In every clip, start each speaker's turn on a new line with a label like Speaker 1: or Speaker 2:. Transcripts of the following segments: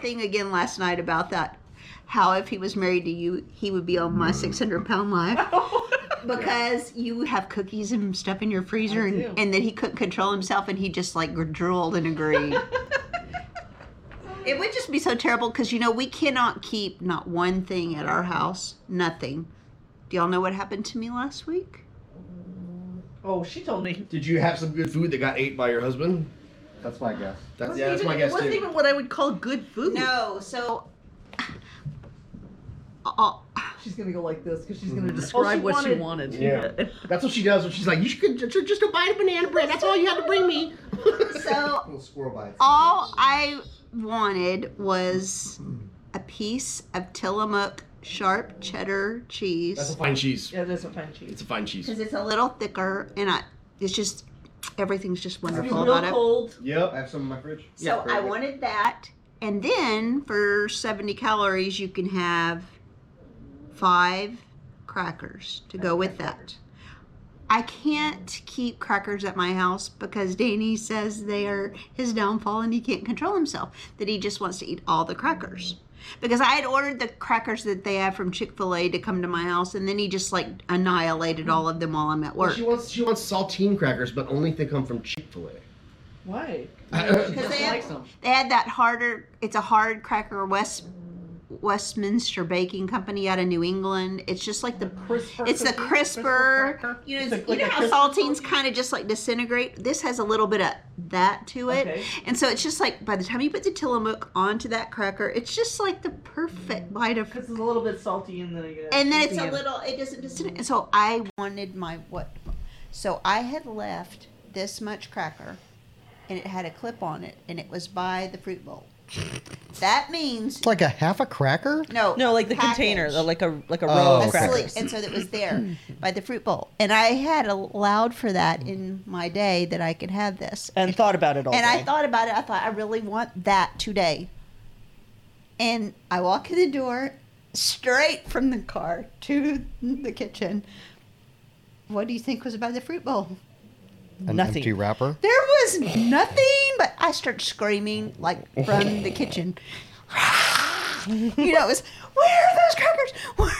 Speaker 1: thing again last night about that. How if he was married to you, he would be on
Speaker 2: Hmm.
Speaker 1: my 600 pound life because you have cookies and stuff in your freezer,
Speaker 2: I
Speaker 1: and,
Speaker 2: do.
Speaker 1: and then he couldn't control himself, and he just like drooled and agreed. it would just be so terrible because you know we cannot keep not one thing at our house, nothing. Do y'all know what happened to me last week?
Speaker 2: oh, she told me.
Speaker 3: Did you have some good food that got ate by your husband?
Speaker 4: That's my guess.
Speaker 3: That's,
Speaker 2: Wasn't
Speaker 3: yeah, that's
Speaker 2: even-
Speaker 3: my guess
Speaker 2: Wasn't
Speaker 3: too.
Speaker 2: even what I would call good food.
Speaker 1: No, so. Oh,
Speaker 2: She's gonna go like this because she's
Speaker 3: Mhm.
Speaker 2: gonna
Speaker 3: Oh,
Speaker 2: describe what Mm-hmm. she wanted.
Speaker 3: Yeah. That's what she does. when She's like, you should ju- ju- just go buy a banana bread. That's all you had to bring me.
Speaker 1: so
Speaker 4: Little squirrel bites.
Speaker 1: all I wanted was a piece of Tillamook sharp cheddar
Speaker 3: That's a
Speaker 1: cheese
Speaker 3: fine cheese.
Speaker 2: Yeah, that's a fine cheese.
Speaker 3: It's a fine cheese.
Speaker 1: because it's a little thicker and I, it's just everything's just
Speaker 2: It's
Speaker 1: wonderful
Speaker 2: real
Speaker 1: about it.
Speaker 2: cold.
Speaker 3: Yep.
Speaker 4: I have some in my fridge.
Speaker 1: So I wanted that, and then for seventy calories, you can have five crackers to go with that. I can't keep crackers at my house because Danny says they are his downfall and he can't control himself, that he just wants to eat all the crackers. Because I had ordered the crackers that they have from Chick fil A to come to my house, and then he just like annihilated all of them while I'm at
Speaker 3: Well,
Speaker 1: work.
Speaker 3: she wants she wants saltine crackers, but only if they come from Chick Fil
Speaker 2: Why?
Speaker 3: A.
Speaker 2: She
Speaker 1: Because
Speaker 2: just
Speaker 1: they have-
Speaker 2: likes them.
Speaker 1: They had that harder. It's a hard cracker West Westminster Baking Company out of New England. It's just like the
Speaker 2: Crisper.
Speaker 1: it's the
Speaker 2: cookie,
Speaker 1: crisper.
Speaker 2: cracker.
Speaker 1: You know,
Speaker 2: It's
Speaker 1: it's-
Speaker 2: like
Speaker 1: you know
Speaker 2: a
Speaker 1: how
Speaker 2: crisper
Speaker 1: saltines
Speaker 2: cookie.
Speaker 1: kind of just like disintegrate. This has a little bit of that to it,
Speaker 2: Okay.
Speaker 1: and so it's just like by the time you put the Tillamook onto that cracker, it's just like the perfect bite of.
Speaker 2: Because it's a little bit salty and then I get
Speaker 1: And then it's a
Speaker 2: Yeah.
Speaker 1: little. It doesn't disintegrate. So I wanted my what? So I had left this much cracker, and it had a clip on it, and it was by the fruit bowl. That means
Speaker 5: It's like a half a cracker?
Speaker 1: no,
Speaker 6: No, like the container,
Speaker 1: package.
Speaker 6: the, like a like a
Speaker 5: Oh,
Speaker 6: row
Speaker 1: a
Speaker 6: of
Speaker 5: okay.
Speaker 6: crackers.
Speaker 1: slice, and so that was there by the fruit bowl, and I had allowed for that in my day that I could have this,
Speaker 6: And thought about it all.
Speaker 1: and I
Speaker 6: day.
Speaker 1: thought about it. I thought I really want that today, and I walk in the door straight from the car to the kitchen. What do you think was by the fruit bowl?
Speaker 5: An
Speaker 6: Nothing.
Speaker 5: empty wrapper?
Speaker 1: There was nothing, but I started screaming like from the kitchen. you know, it was where are those crackers? Where?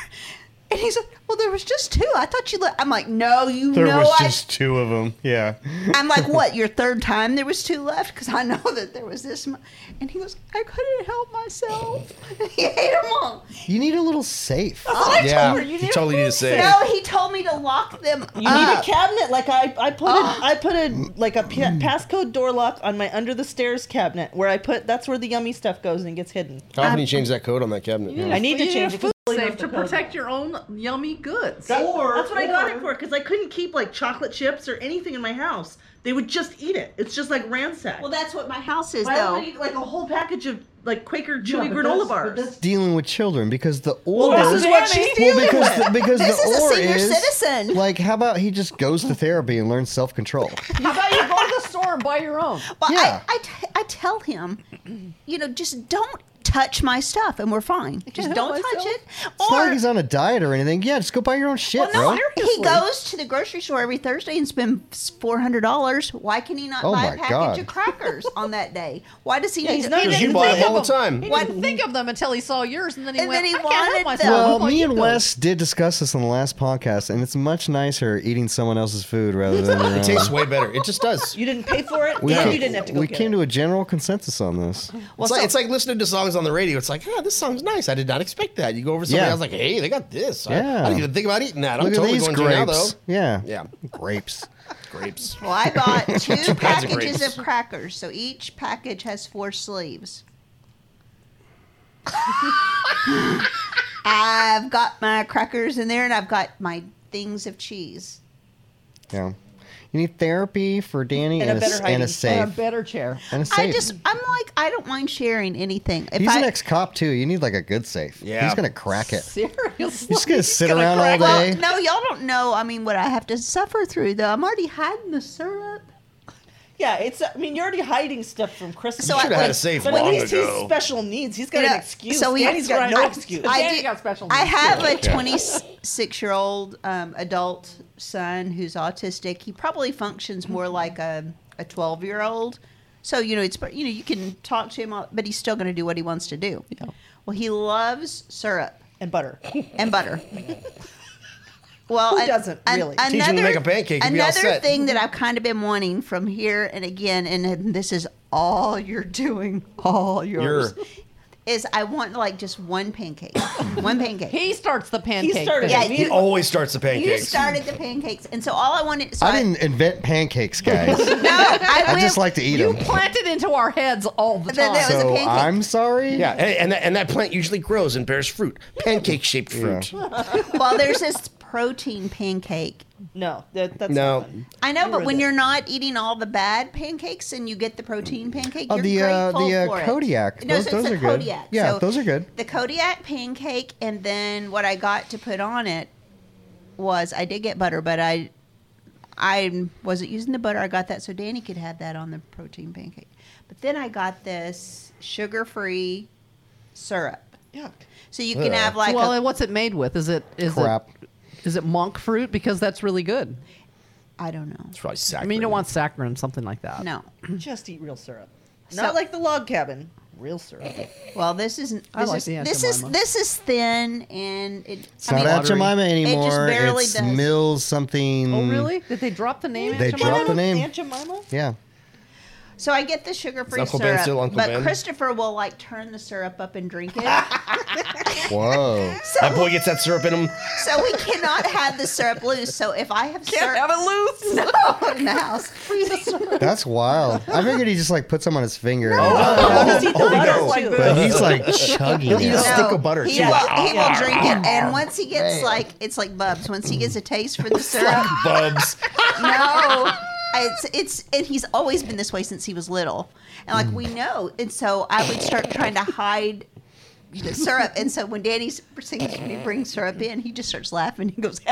Speaker 1: And he's like, well, there was just two. I thought you. Le-. I'm like, no, you
Speaker 5: There
Speaker 1: know,
Speaker 5: was
Speaker 1: I.
Speaker 5: just two of them. Yeah.
Speaker 1: I'm like, what? Your third time there was two left because I know that there was this. Mu-. And he was, I couldn't help myself. he ate them all.
Speaker 5: You need a little safe.
Speaker 7: Oh,
Speaker 1: I told
Speaker 5: yeah.
Speaker 1: her, you
Speaker 5: need
Speaker 3: totally need to say.
Speaker 1: No, he told me to lock them.
Speaker 6: you
Speaker 2: Uh,
Speaker 6: need a cabinet. Like I, I put a, I put a like a pa- passcode door lock on my under the stairs cabinet where I put that's where the yummy stuff goes and gets hidden.
Speaker 3: How often do you change that code on that cabinet?
Speaker 6: I need to
Speaker 2: You
Speaker 6: change
Speaker 2: need
Speaker 6: it.
Speaker 2: a food
Speaker 6: 'cause-
Speaker 2: safe to protect your own yummy goods.
Speaker 3: Or-
Speaker 2: that's what I got it
Speaker 3: or-
Speaker 2: for because I couldn't keep like chocolate chips or anything in my house. They would just eat it. It's just like ransacked.
Speaker 1: Well, that's what my house is,
Speaker 2: Why would I
Speaker 1: though.
Speaker 2: eat like a whole package of like Quaker
Speaker 4: Yeah,
Speaker 2: chewy
Speaker 4: but
Speaker 2: granola
Speaker 4: that's- but
Speaker 2: bars?
Speaker 4: that's-
Speaker 5: Dealing with children because the
Speaker 6: Well,
Speaker 5: or
Speaker 6: this is what she's
Speaker 5: Well,
Speaker 6: dealing
Speaker 5: because
Speaker 6: with.
Speaker 5: the, because
Speaker 1: This
Speaker 5: the
Speaker 1: is a
Speaker 5: or
Speaker 1: senior
Speaker 5: is
Speaker 1: citizen.
Speaker 5: like how about he just goes to therapy and learns self control?
Speaker 6: How about you go to the store and buy your own?
Speaker 1: Well,
Speaker 5: Yeah.
Speaker 1: I I, t- I tell him, you know, just don't touch my stuff and we're fine. Just don't touch it.
Speaker 5: It's not like
Speaker 1: Or
Speaker 5: he's on a diet or anything. Yeah, just go buy your own shit,
Speaker 1: no,
Speaker 5: bro.
Speaker 1: he goes to the grocery store every Thursday and spends four hundred dollars. Why can he not
Speaker 5: Oh
Speaker 1: buy a
Speaker 5: my
Speaker 1: package
Speaker 5: God.
Speaker 1: of crackers on that day? Why does he
Speaker 8: Yeah,
Speaker 1: need
Speaker 8: he's
Speaker 1: to
Speaker 8: not
Speaker 1: eat
Speaker 8: even-
Speaker 1: it?
Speaker 8: You buy 'em all
Speaker 3: the time.
Speaker 8: He
Speaker 1: What-
Speaker 8: didn't think of them until he saw yours, and then he
Speaker 1: And
Speaker 8: went,
Speaker 1: then he
Speaker 8: I can't
Speaker 1: wanted
Speaker 8: help myself.
Speaker 1: them.
Speaker 8: I'm
Speaker 5: Well,
Speaker 8: gonna
Speaker 5: me
Speaker 8: eat
Speaker 5: and
Speaker 8: those."
Speaker 5: Wes did discuss this on the last podcast, and it's much nicer eating someone else's food rather than your
Speaker 3: It tastes
Speaker 5: own.
Speaker 3: way better. It just does.
Speaker 6: You didn't pay for it,
Speaker 5: We,
Speaker 6: and
Speaker 5: ca-
Speaker 6: you didn't have to go
Speaker 5: we
Speaker 6: get
Speaker 5: came
Speaker 6: it.
Speaker 5: to a general consensus on this.
Speaker 3: it's, like, it's like listening to songs on the radio. It's like, ah, this song's nice. I did not expect that. You go over somebody,
Speaker 5: Yeah.
Speaker 3: I was like, hey, they got this. I- I,
Speaker 5: Yeah.
Speaker 3: didn't even think about eating that. I'm
Speaker 5: Look
Speaker 3: totally
Speaker 5: at these
Speaker 3: going to now, though.
Speaker 5: grapes. Yeah.
Speaker 3: Yeah,
Speaker 5: Grapes.
Speaker 3: grapes.
Speaker 1: Well, I bought two
Speaker 3: kinds of
Speaker 1: packages
Speaker 3: grapes.
Speaker 1: of crackers, so each package has four sleeves. I've got my crackers in there, and I've got my things of cheese.
Speaker 5: Yeah. You need therapy for Danny and,
Speaker 6: And a
Speaker 5: a, s-
Speaker 6: better
Speaker 5: and
Speaker 6: hiding.
Speaker 5: a safe.
Speaker 6: And a better chair.
Speaker 5: and a safe.
Speaker 1: I just, I'm like, I don't mind sharing anything. If
Speaker 5: He's
Speaker 1: I,
Speaker 5: an ex cop, too. You need like a good safe.
Speaker 3: Yeah.
Speaker 5: He's going to crack it.
Speaker 8: Seriously.
Speaker 5: He's just going to sit around all
Speaker 1: well,
Speaker 5: day.
Speaker 1: no, y'all don't know. I mean, what I have to suffer through, though. I'm already hiding the syrup.
Speaker 6: Yeah, it's. I mean, you're already hiding stuff from Christmas.
Speaker 1: So I- Should've had a
Speaker 3: safe
Speaker 6: but at
Speaker 3: long
Speaker 6: least
Speaker 3: ago.
Speaker 6: he's special needs. He's got
Speaker 1: Yeah,
Speaker 6: an excuse.
Speaker 1: uh, so he-
Speaker 6: and he's got
Speaker 1: right.
Speaker 6: no excuse.
Speaker 1: I
Speaker 8: Danny
Speaker 1: do-
Speaker 8: got special
Speaker 1: I
Speaker 8: needs,
Speaker 1: have a
Speaker 3: Okay.
Speaker 1: 26 year old um, adult son who's autistic. He probably functions more like a 12 year old. So you know, it's you know, you can talk to him, all- but he's still going to do what he wants to do. Well, he loves syrup
Speaker 6: and butter.
Speaker 1: and butter. Well,
Speaker 6: Who
Speaker 1: an-
Speaker 6: doesn't,
Speaker 1: an-
Speaker 6: really?
Speaker 5: Teach him to make a pancake, he'll be all
Speaker 1: Another
Speaker 5: set.
Speaker 1: thing that I've kind of been wanting from here and again, and, and this is all you're doing, all yours,
Speaker 5: You're-
Speaker 1: is I want like just one pancake, one pancake.
Speaker 8: He starts the pancake.
Speaker 6: started
Speaker 8: thing.
Speaker 1: yeah,
Speaker 6: it.
Speaker 1: you-
Speaker 5: He always starts the
Speaker 1: you
Speaker 5: pancakes.
Speaker 1: started the pancakes, and so all I wanted. So
Speaker 5: I didn't invent pancakes, guys.
Speaker 1: No, I,
Speaker 5: I
Speaker 1: went-
Speaker 5: just like to eat
Speaker 8: You
Speaker 5: them.
Speaker 8: plant it into our heads all the
Speaker 1: That-
Speaker 8: time.
Speaker 1: that was a
Speaker 5: So
Speaker 1: pancake.
Speaker 5: I'm sorry.
Speaker 7: Yeah, and, and, that, and that plant usually grows and bears fruit, pancake shaped fruit.
Speaker 1: Well, there's this protein pancake.
Speaker 6: No, that, that's
Speaker 7: No.
Speaker 6: not fun.
Speaker 1: I know, but
Speaker 6: ruined
Speaker 1: when
Speaker 6: it.
Speaker 1: you're not eating all the bad pancakes and you get the protein pancake,
Speaker 5: Oh,
Speaker 1: you're
Speaker 5: the, uh,
Speaker 1: grateful
Speaker 5: the, uh,
Speaker 1: for it.
Speaker 5: Kodiak.
Speaker 1: No,
Speaker 5: Those-
Speaker 1: so
Speaker 5: those
Speaker 1: it's
Speaker 5: are
Speaker 1: the
Speaker 5: good.
Speaker 1: Kodiak.
Speaker 5: Yeah,
Speaker 1: So
Speaker 5: those are good.
Speaker 1: The Kodiak pancake, and then what I got to put on it was I did get butter, but I I wasn't using the butter. I got that so Danny could have that on the protein pancake. But then I got this sugar-free syrup,
Speaker 6: Yuck.
Speaker 1: so you can
Speaker 5: Ugh.
Speaker 1: have like
Speaker 8: well,
Speaker 1: a,
Speaker 8: and what's it made with? Is it is
Speaker 5: Crap.
Speaker 8: it is it monk fruit? Because that's really good.
Speaker 1: I don't know.
Speaker 7: It's probably
Speaker 8: I
Speaker 7: saccharin.
Speaker 8: mean, you don't want saccharin, something like that.
Speaker 1: No.
Speaker 6: Just eat real syrup.
Speaker 1: So-
Speaker 6: Not like the log cabin. Real syrup.
Speaker 1: Well, this is
Speaker 8: I
Speaker 1: this
Speaker 8: like
Speaker 1: is
Speaker 8: the Aunt
Speaker 1: this is
Speaker 8: Jemima.
Speaker 1: this is thin and it.
Speaker 5: It's not Aunt Jemima anymore.
Speaker 1: barely
Speaker 5: it's
Speaker 1: does.
Speaker 5: Mills something.
Speaker 8: Oh, really? Did they drop the name?
Speaker 5: Mm. They
Speaker 8: Aunt
Speaker 5: dropped
Speaker 8: Jemima?
Speaker 5: the name.
Speaker 6: Aunt Jemima?
Speaker 5: Yeah.
Speaker 1: So I get the sugar-free
Speaker 7: Uncle Ben
Speaker 1: syrup,
Speaker 7: still Uncle
Speaker 1: but
Speaker 7: Ben?
Speaker 1: Christopher will like turn the syrup up and drink it.
Speaker 5: Whoa.
Speaker 7: That boy gets that syrup in him.
Speaker 1: so we cannot have the syrup loose. So if I have syrup
Speaker 8: it loose.
Speaker 1: no, in the house,
Speaker 5: That's wild. I figured he just like puts some on his finger.
Speaker 6: like
Speaker 5: "Oh, But he's like chugging
Speaker 7: He's
Speaker 5: it.
Speaker 7: just- stick of butter,
Speaker 1: He
Speaker 7: too.
Speaker 1: will, he will drink it, and once he gets like it's like Bubs. Once he gets a taste for the syrup,
Speaker 7: Bubs.
Speaker 1: no. It's it's and he's always been this way since he was little, and like we know, and so I would start trying to hide the syrup, and so when Danny s- sings when he brings syrup in, he just starts laughing. He goes,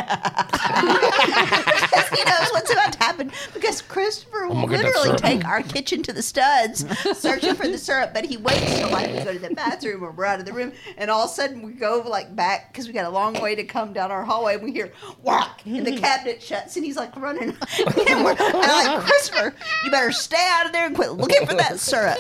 Speaker 1: because he knows what's about to happen. Because Christopher will
Speaker 7: gonna get that
Speaker 1: literally
Speaker 7: syrup.
Speaker 1: take our kitchen to the studs, searching for the syrup, but he waits till like we go to the bathroom or we're out of the room, and all of a sudden we go like back because we got a long way to come down our hallway, and we hear whack, and the cabinet shuts, and he's like running, and we're and I'm like Christopher, you better stay out of there and quit looking for that syrup,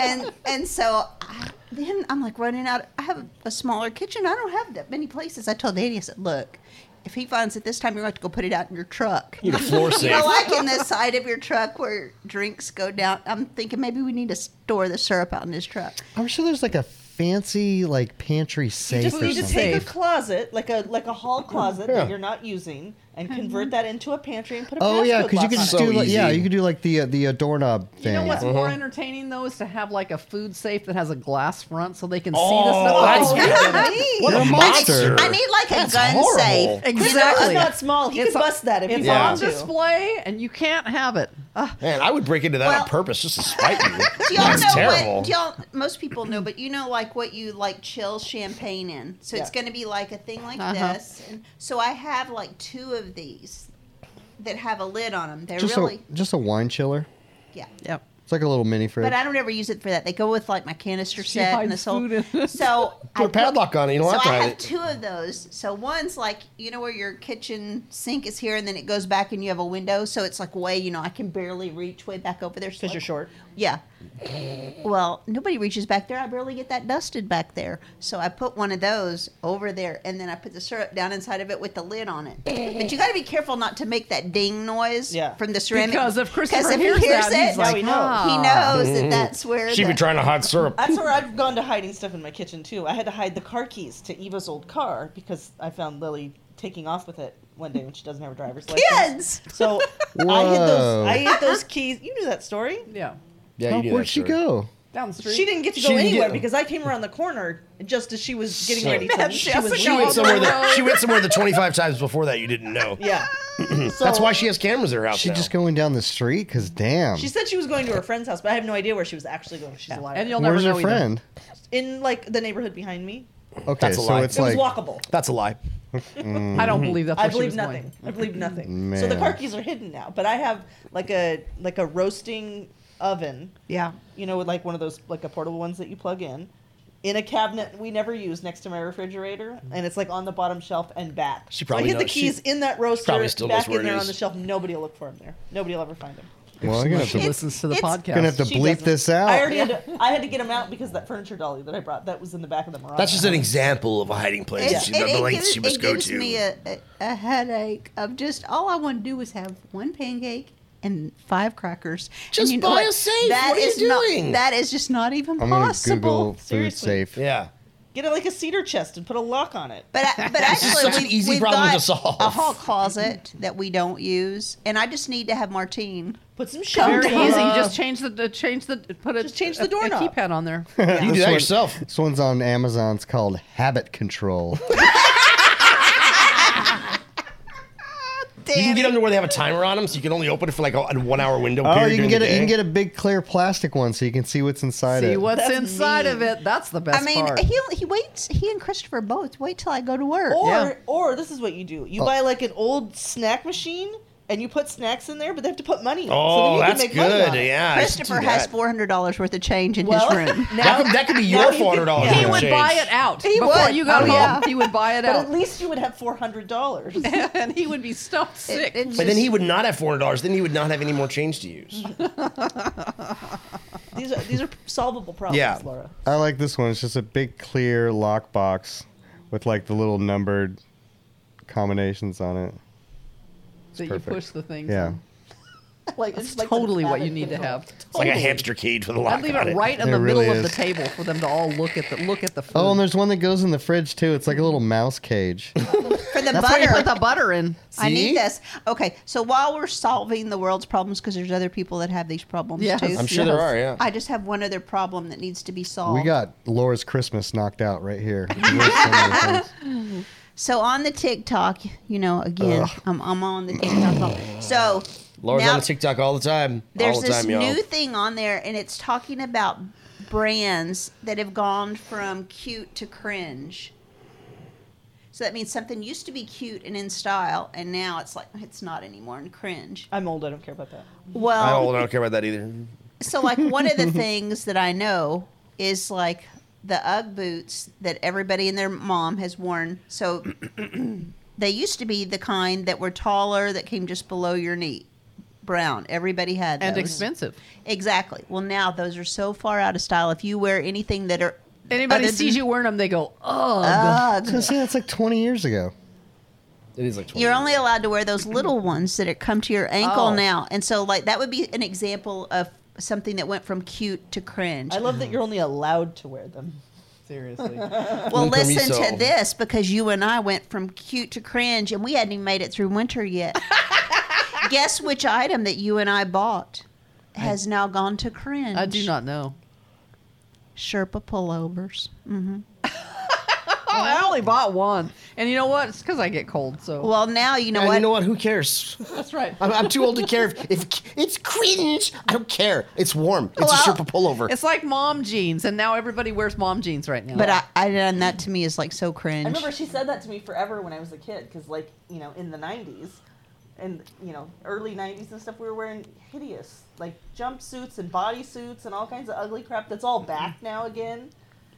Speaker 1: and and so. I, then I'm like running out. I have a smaller kitchen. I don't have that many places. I told Danny, I said, "Look, if he finds it this time, you're going to have to go put it out in your truck."
Speaker 7: Need a floor
Speaker 1: You
Speaker 7: safe.
Speaker 1: know, like in the side of your truck where drinks go down. I'm thinking maybe we need to store the syrup out in his truck.
Speaker 5: I'm sure there's like a fancy like pantry safe
Speaker 6: Just
Speaker 5: or
Speaker 6: need to
Speaker 5: something.
Speaker 6: take a
Speaker 8: Safe.
Speaker 6: closet, like a like a hall closet that you're not using, and convert that into a pantry and put a
Speaker 5: Oh yeah,
Speaker 6: because
Speaker 5: because you could just
Speaker 7: So
Speaker 5: do like yeah,
Speaker 7: easy.
Speaker 5: you could do like the uh, the uh, doorknob
Speaker 8: You
Speaker 5: thing.
Speaker 8: know what's
Speaker 5: yeah.
Speaker 8: more entertaining though is to have like a food safe that has a glass front so they can
Speaker 7: Oh,
Speaker 8: see the stuff.
Speaker 7: that's good.
Speaker 5: You're a monster.
Speaker 1: I need like a gun
Speaker 5: horrible.
Speaker 1: safe.
Speaker 6: It's
Speaker 8: Exactly.
Speaker 6: not small. He could bust that if he
Speaker 8: It's
Speaker 7: Yeah.
Speaker 8: on
Speaker 6: wanted to.
Speaker 8: display and you can't have it. Ugh.
Speaker 7: Man, I would break into that
Speaker 1: Well-
Speaker 7: on purpose just to spite you.
Speaker 1: Do y'all
Speaker 7: That's
Speaker 1: know
Speaker 7: terrible.
Speaker 1: what? Do y'all most people know, but you know like what you like chill champagne in. So it's
Speaker 6: Yeah.
Speaker 1: going to be like a thing like
Speaker 8: Uh-huh.
Speaker 1: this. And so I have like two of these that have a lid on them. They're
Speaker 5: Just
Speaker 1: really
Speaker 5: a just a wine chiller.
Speaker 1: yeah.
Speaker 8: Yep.
Speaker 5: It's like a little mini fridge.
Speaker 1: But I don't ever use it for that. They go with like my canister
Speaker 8: She
Speaker 1: set and
Speaker 8: hides
Speaker 1: this whole.
Speaker 8: food in it.
Speaker 1: So
Speaker 7: Put
Speaker 1: I
Speaker 7: a padlock on it. You don't
Speaker 1: so
Speaker 7: have to
Speaker 1: I
Speaker 7: hide
Speaker 1: have
Speaker 7: it.
Speaker 1: two of those. So one's like you know where your kitchen sink is here, and then it goes back, and you have a window. So it's like way you know I can barely reach way back over there. So,
Speaker 6: Because
Speaker 1: like,
Speaker 6: you're short.
Speaker 1: Yeah. Well, nobody reaches back there. I barely get that dusted back there. So I put one of those over there, and then I put the syrup down inside of it with the lid on it. But you got to be careful not to make that ding noise
Speaker 6: Yeah.
Speaker 1: from the ceramic.
Speaker 8: Because if Christopher
Speaker 1: if he
Speaker 8: hears
Speaker 1: hears
Speaker 8: that,
Speaker 1: it,
Speaker 8: he's like,
Speaker 6: he knows.
Speaker 8: "Ah."
Speaker 1: he knows that
Speaker 7: Mm-hmm.
Speaker 1: that's where
Speaker 7: She
Speaker 1: the-
Speaker 7: been trying to hide syrup.
Speaker 6: That's where I've gone to hiding stuff in my kitchen too. I had to hide the car keys to Eva's old car because I found Lily taking off with it one day when she doesn't have a driver's license.
Speaker 1: kids.
Speaker 6: So I hid
Speaker 5: Whoa.
Speaker 6: those. I hid those keys. You knew that story.
Speaker 8: Yeah.
Speaker 7: Yeah,
Speaker 5: How-
Speaker 7: you do
Speaker 5: Oh, where'd
Speaker 7: that
Speaker 5: she
Speaker 7: syrup.
Speaker 5: go?
Speaker 8: Down the street.
Speaker 6: She didn't get to
Speaker 7: She
Speaker 6: go
Speaker 7: didn't get
Speaker 6: anywhere
Speaker 7: them.
Speaker 6: because I came around the corner just as she was getting
Speaker 7: So-
Speaker 6: ready to.
Speaker 8: Man,
Speaker 6: she
Speaker 8: Jessica
Speaker 6: was
Speaker 8: was
Speaker 7: She went
Speaker 6: leaving.
Speaker 7: somewhere
Speaker 8: the
Speaker 7: that
Speaker 8: road.
Speaker 7: she went somewhere the 25 times before that you didn't know.
Speaker 6: Yeah. so
Speaker 7: That's why she has cameras at her house.
Speaker 5: She
Speaker 7: now.
Speaker 5: just going down the street? Cause damn.
Speaker 6: She said she was going to her friend's house, but I have no idea where she was actually going. She's alive.
Speaker 8: And you'll never
Speaker 5: Where's
Speaker 8: know
Speaker 5: her
Speaker 8: either.
Speaker 5: friend?
Speaker 6: in like the neighborhood behind me.
Speaker 5: Okay,
Speaker 7: That's a
Speaker 5: so
Speaker 7: lie.
Speaker 5: it's
Speaker 6: It was
Speaker 5: like
Speaker 6: walkable.
Speaker 7: That's a lie.
Speaker 8: I don't believe that's.
Speaker 6: I
Speaker 8: where she
Speaker 6: believe
Speaker 8: was
Speaker 6: nothing.
Speaker 8: going.
Speaker 6: I believe nothing. So the
Speaker 5: Man.
Speaker 6: car keys are hidden now, but I have like a like a roasting oven,
Speaker 8: Yeah.
Speaker 6: you know, with like one of those like a portable ones that you plug in, in a cabinet we never use next to my refrigerator, and it's like on the bottom shelf and back.
Speaker 7: She
Speaker 6: So I
Speaker 7: probably
Speaker 6: hid the
Speaker 7: knows- she
Speaker 6: keys in that roaster,
Speaker 7: probably still knows
Speaker 6: back
Speaker 7: where
Speaker 6: in
Speaker 7: it
Speaker 6: there on
Speaker 7: is.
Speaker 6: the shelf. Nobody will look for them there. Nobody will ever find them.
Speaker 5: Well, I'm gonna have
Speaker 8: She
Speaker 5: to,
Speaker 8: listens to the
Speaker 1: it's-
Speaker 8: podcast.
Speaker 5: gonna have to
Speaker 6: She
Speaker 5: bleep
Speaker 6: doesn't.
Speaker 5: this out.
Speaker 6: I already had to, I had to get them out because that furniture dolly that I brought that was in the back of the Mirage.
Speaker 7: That's just an example of a hiding place. that
Speaker 1: It's-
Speaker 7: she,
Speaker 1: it,
Speaker 7: the
Speaker 1: it
Speaker 7: lengths
Speaker 1: gives,
Speaker 7: she must
Speaker 1: it
Speaker 7: go
Speaker 1: gives
Speaker 7: to.
Speaker 1: me a, a, a headache of just all I want to do is have one pancake and five crackers. And
Speaker 7: Just
Speaker 1: you know
Speaker 7: buy
Speaker 1: what?
Speaker 7: a safe.
Speaker 1: That
Speaker 7: What are you
Speaker 1: is not-
Speaker 7: doing?
Speaker 1: that is just not even
Speaker 5: I'm gonna Google
Speaker 1: possible.
Speaker 5: food
Speaker 6: Seriously.
Speaker 5: safe.
Speaker 7: yeah.
Speaker 6: get it like a cedar chest and put a lock on it.
Speaker 1: But I, but actually,
Speaker 7: such an
Speaker 1: we,
Speaker 7: easy
Speaker 1: we've
Speaker 7: problem
Speaker 1: got
Speaker 7: to solve.
Speaker 1: a hall closet that we don't use, and I just need to have Martine.
Speaker 6: Put some
Speaker 1: Very
Speaker 6: sugar.
Speaker 8: Very easy. You just change the, the change the put a
Speaker 6: Just change the
Speaker 8: a- a,
Speaker 6: doorknob.
Speaker 8: keypad on there.
Speaker 7: You can do
Speaker 5: This
Speaker 7: that
Speaker 5: one-
Speaker 7: yourself.
Speaker 5: This one's on Amazon. It's called Habit Control.
Speaker 7: You can
Speaker 1: Damn
Speaker 7: get
Speaker 1: it.
Speaker 7: them to where they have a timer on them, so you can only open it for like a, a one-hour window.
Speaker 5: oh,
Speaker 7: period
Speaker 5: you can
Speaker 7: during
Speaker 5: get
Speaker 7: the
Speaker 5: a, you
Speaker 7: day.
Speaker 5: can get a big clear plastic one so you can see what's inside
Speaker 8: See
Speaker 5: it.
Speaker 8: what's
Speaker 6: That's
Speaker 8: inside
Speaker 6: mean.
Speaker 8: of it. That's the best
Speaker 1: I mean,
Speaker 8: part.
Speaker 1: he he waits. He and Christopher both wait till I go to work.
Speaker 7: Oh,
Speaker 6: Or
Speaker 8: Yeah.
Speaker 6: or this is what you do. You buy like an old snack machine and you put snacks in there, but they have to put money. in it,
Speaker 7: Oh,
Speaker 6: so then you
Speaker 7: that's
Speaker 6: can make Money
Speaker 7: good.
Speaker 6: on it.
Speaker 7: Yeah, I should do
Speaker 1: Christopher has
Speaker 7: that.
Speaker 1: four hundred dollars worth of change in
Speaker 6: Well,
Speaker 1: his room.
Speaker 7: That could, that could be your
Speaker 6: you could-
Speaker 7: four hundred dollars.
Speaker 6: he
Speaker 8: He would buy it out
Speaker 1: He
Speaker 8: before
Speaker 1: would.
Speaker 8: you got
Speaker 1: Oh,
Speaker 8: home.
Speaker 1: yeah.
Speaker 8: He would buy it
Speaker 6: But at
Speaker 8: out,
Speaker 6: least you would have four hundred dollars.
Speaker 8: and he would be stuffed sick.
Speaker 1: It's
Speaker 7: But then
Speaker 1: just-
Speaker 7: he would not have four hundred dollars. Then he would not have any more change to use.
Speaker 6: these are these are solvable problems,
Speaker 7: Yeah.
Speaker 6: Laura.
Speaker 5: I like this one. It's just a big clear lock box with like the little numbered combinations on it.
Speaker 8: that you
Speaker 5: perfect.
Speaker 8: push the things.
Speaker 5: Yeah.
Speaker 8: in. like it's
Speaker 6: It's like
Speaker 8: totally
Speaker 6: the
Speaker 8: what you
Speaker 6: habit
Speaker 8: need to
Speaker 6: control.
Speaker 8: have.
Speaker 7: It's like a hamster cage with a lock
Speaker 8: I'd leave
Speaker 7: on
Speaker 8: it right in
Speaker 5: It
Speaker 8: the middle
Speaker 5: really
Speaker 8: of the
Speaker 5: is.
Speaker 8: table for them to all look at the look at the food.
Speaker 5: Oh, and there's one that goes in the fridge too. It's like a little mouse cage.
Speaker 1: for the
Speaker 8: that's why you put
Speaker 1: butter.
Speaker 8: the butter in.
Speaker 1: I
Speaker 7: See?
Speaker 1: need this. Okay, so while we're solving the world's problems, because there's other people that have these problems
Speaker 8: Yes.
Speaker 1: too.
Speaker 7: I'm sure there are. Yeah.
Speaker 1: I just have one other problem that needs to be solved.
Speaker 5: we got Laura's Christmas knocked out right here. There's so many things.
Speaker 1: so on the TikTok, you know, again, I'm, I'm on the TikTok. all- so
Speaker 7: Laura's
Speaker 1: now
Speaker 7: on the TikTok all the time.
Speaker 1: there's
Speaker 7: all the
Speaker 1: this
Speaker 7: time, y'all.
Speaker 1: new thing on there, and it's talking about brands that have gone from cute to cringe. So that means something used to be cute and in style, and now it's like it's not anymore and cringe.
Speaker 6: I'm old. I don't care about that.
Speaker 1: Well,
Speaker 7: I don't, I don't care about that either.
Speaker 1: so like one of the things that I know is like the UGG boots that everybody and their mom has worn. So they used to be the kind that were taller that came just below your knee. Brown. Everybody had
Speaker 8: and
Speaker 1: those.
Speaker 8: expensive.
Speaker 1: Exactly. Well, now those are so far out of style. If you wear anything that are
Speaker 8: Anybody
Speaker 1: other
Speaker 8: sees
Speaker 1: than
Speaker 8: you wearing them, they go, "Oh,
Speaker 5: I was gonna say that's like 20 years ago.
Speaker 7: It is like 20
Speaker 1: you're only allowed to wear those little ones that are come to your ankle
Speaker 8: Oh.
Speaker 1: now. And so like that would be an example of something that went from cute to cringe.
Speaker 6: I love that you're only allowed to wear them.
Speaker 8: seriously."
Speaker 1: Well,
Speaker 7: Luca
Speaker 1: listen
Speaker 7: Riso.
Speaker 1: to this because you and I went from cute to cringe, and we hadn't even made it through winter yet. Guess which item that you and I bought has now gone to cringe?
Speaker 8: I do not know.
Speaker 1: Sherpa pullovers.
Speaker 8: Oh, I only bought one, and you know what? It's because I get cold. So
Speaker 1: Well, now you know
Speaker 7: And
Speaker 1: what.
Speaker 7: you know what? Who cares?
Speaker 8: that's right.
Speaker 7: I'm, I'm too old to care. If, if it's cringe, I don't care. It's warm. It's a
Speaker 1: Well,
Speaker 7: Sherpa pullover.
Speaker 8: It's like mom jeans, and now everybody wears mom jeans right now.
Speaker 1: But I, I done that to me is like so cringe.
Speaker 6: I remember she said that to me forever when I was a kid, because like you know, in the '90s, and you know, early '90s and stuff, we were wearing hideous like jumpsuits and bodysuits and all kinds of ugly crap. That's all back now again.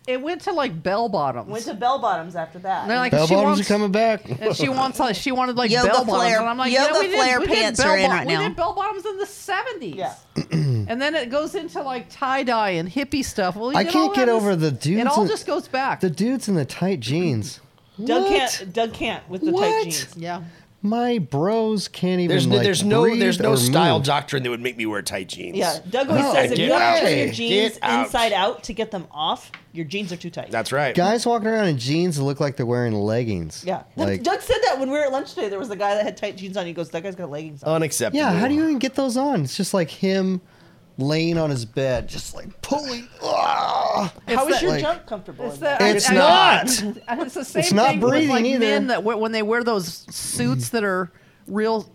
Speaker 8: it went to like bell bottoms.
Speaker 6: Went to bell bottoms after that.
Speaker 8: and they're like,
Speaker 5: Bell
Speaker 8: she
Speaker 5: bottoms
Speaker 8: wants,
Speaker 5: are coming back.
Speaker 8: And she wants like she wanted like
Speaker 1: Yoga
Speaker 8: bell bottoms,
Speaker 1: flare-
Speaker 8: and I'm like,
Speaker 1: yoga
Speaker 8: yeah, we did,
Speaker 1: flare
Speaker 8: we did
Speaker 1: pants
Speaker 8: bell
Speaker 1: are in
Speaker 8: bo-
Speaker 1: right
Speaker 8: we
Speaker 1: now."
Speaker 8: did bell bottoms in the '70s,
Speaker 6: yeah,
Speaker 8: and then it goes into like tie dye and hippie stuff. Well, you
Speaker 5: I
Speaker 8: did
Speaker 5: can't
Speaker 8: all
Speaker 5: get
Speaker 8: that.
Speaker 5: over the dudes
Speaker 8: It all
Speaker 5: in-
Speaker 8: just goes back.
Speaker 5: The dudes in the tight jeans.
Speaker 6: Doug
Speaker 5: What?
Speaker 6: can't. Doug can't with the
Speaker 5: What?
Speaker 6: tight jeans.
Speaker 8: yeah,
Speaker 5: My bros can't even.
Speaker 7: there's no,
Speaker 5: like,
Speaker 7: there's no
Speaker 5: breathe
Speaker 7: there's no
Speaker 5: or
Speaker 7: style
Speaker 5: move.
Speaker 7: doctrine that would make me wear tight jeans.
Speaker 6: Yeah, Doug always
Speaker 5: No,
Speaker 6: says if
Speaker 7: get
Speaker 6: you have to
Speaker 7: out.
Speaker 6: turn your jeans
Speaker 7: Get out.
Speaker 6: inside out to get them off, your jeans are too tight.
Speaker 7: that's right.
Speaker 5: Guys walking around in jeans that look like they're wearing leggings.
Speaker 6: yeah.
Speaker 5: Like,
Speaker 6: Doug said that when we were at lunch today. There was a guy that had tight jeans on. He goes, "That guy's got leggings on."
Speaker 7: Unacceptable.
Speaker 5: yeah, how do you even get those on? It's just like him laying on his bed, just like pulling. Ah!
Speaker 6: How is
Speaker 8: that-
Speaker 6: your
Speaker 5: like-
Speaker 6: jump comfortable?
Speaker 8: it's
Speaker 6: in
Speaker 8: the,
Speaker 6: that?
Speaker 8: I-
Speaker 5: It's
Speaker 8: I- I-
Speaker 5: not.
Speaker 8: And it's the same
Speaker 5: It's not
Speaker 8: thing with,
Speaker 5: breathing
Speaker 8: like,
Speaker 5: either.
Speaker 8: Men that wear, when they wear those suits that are real.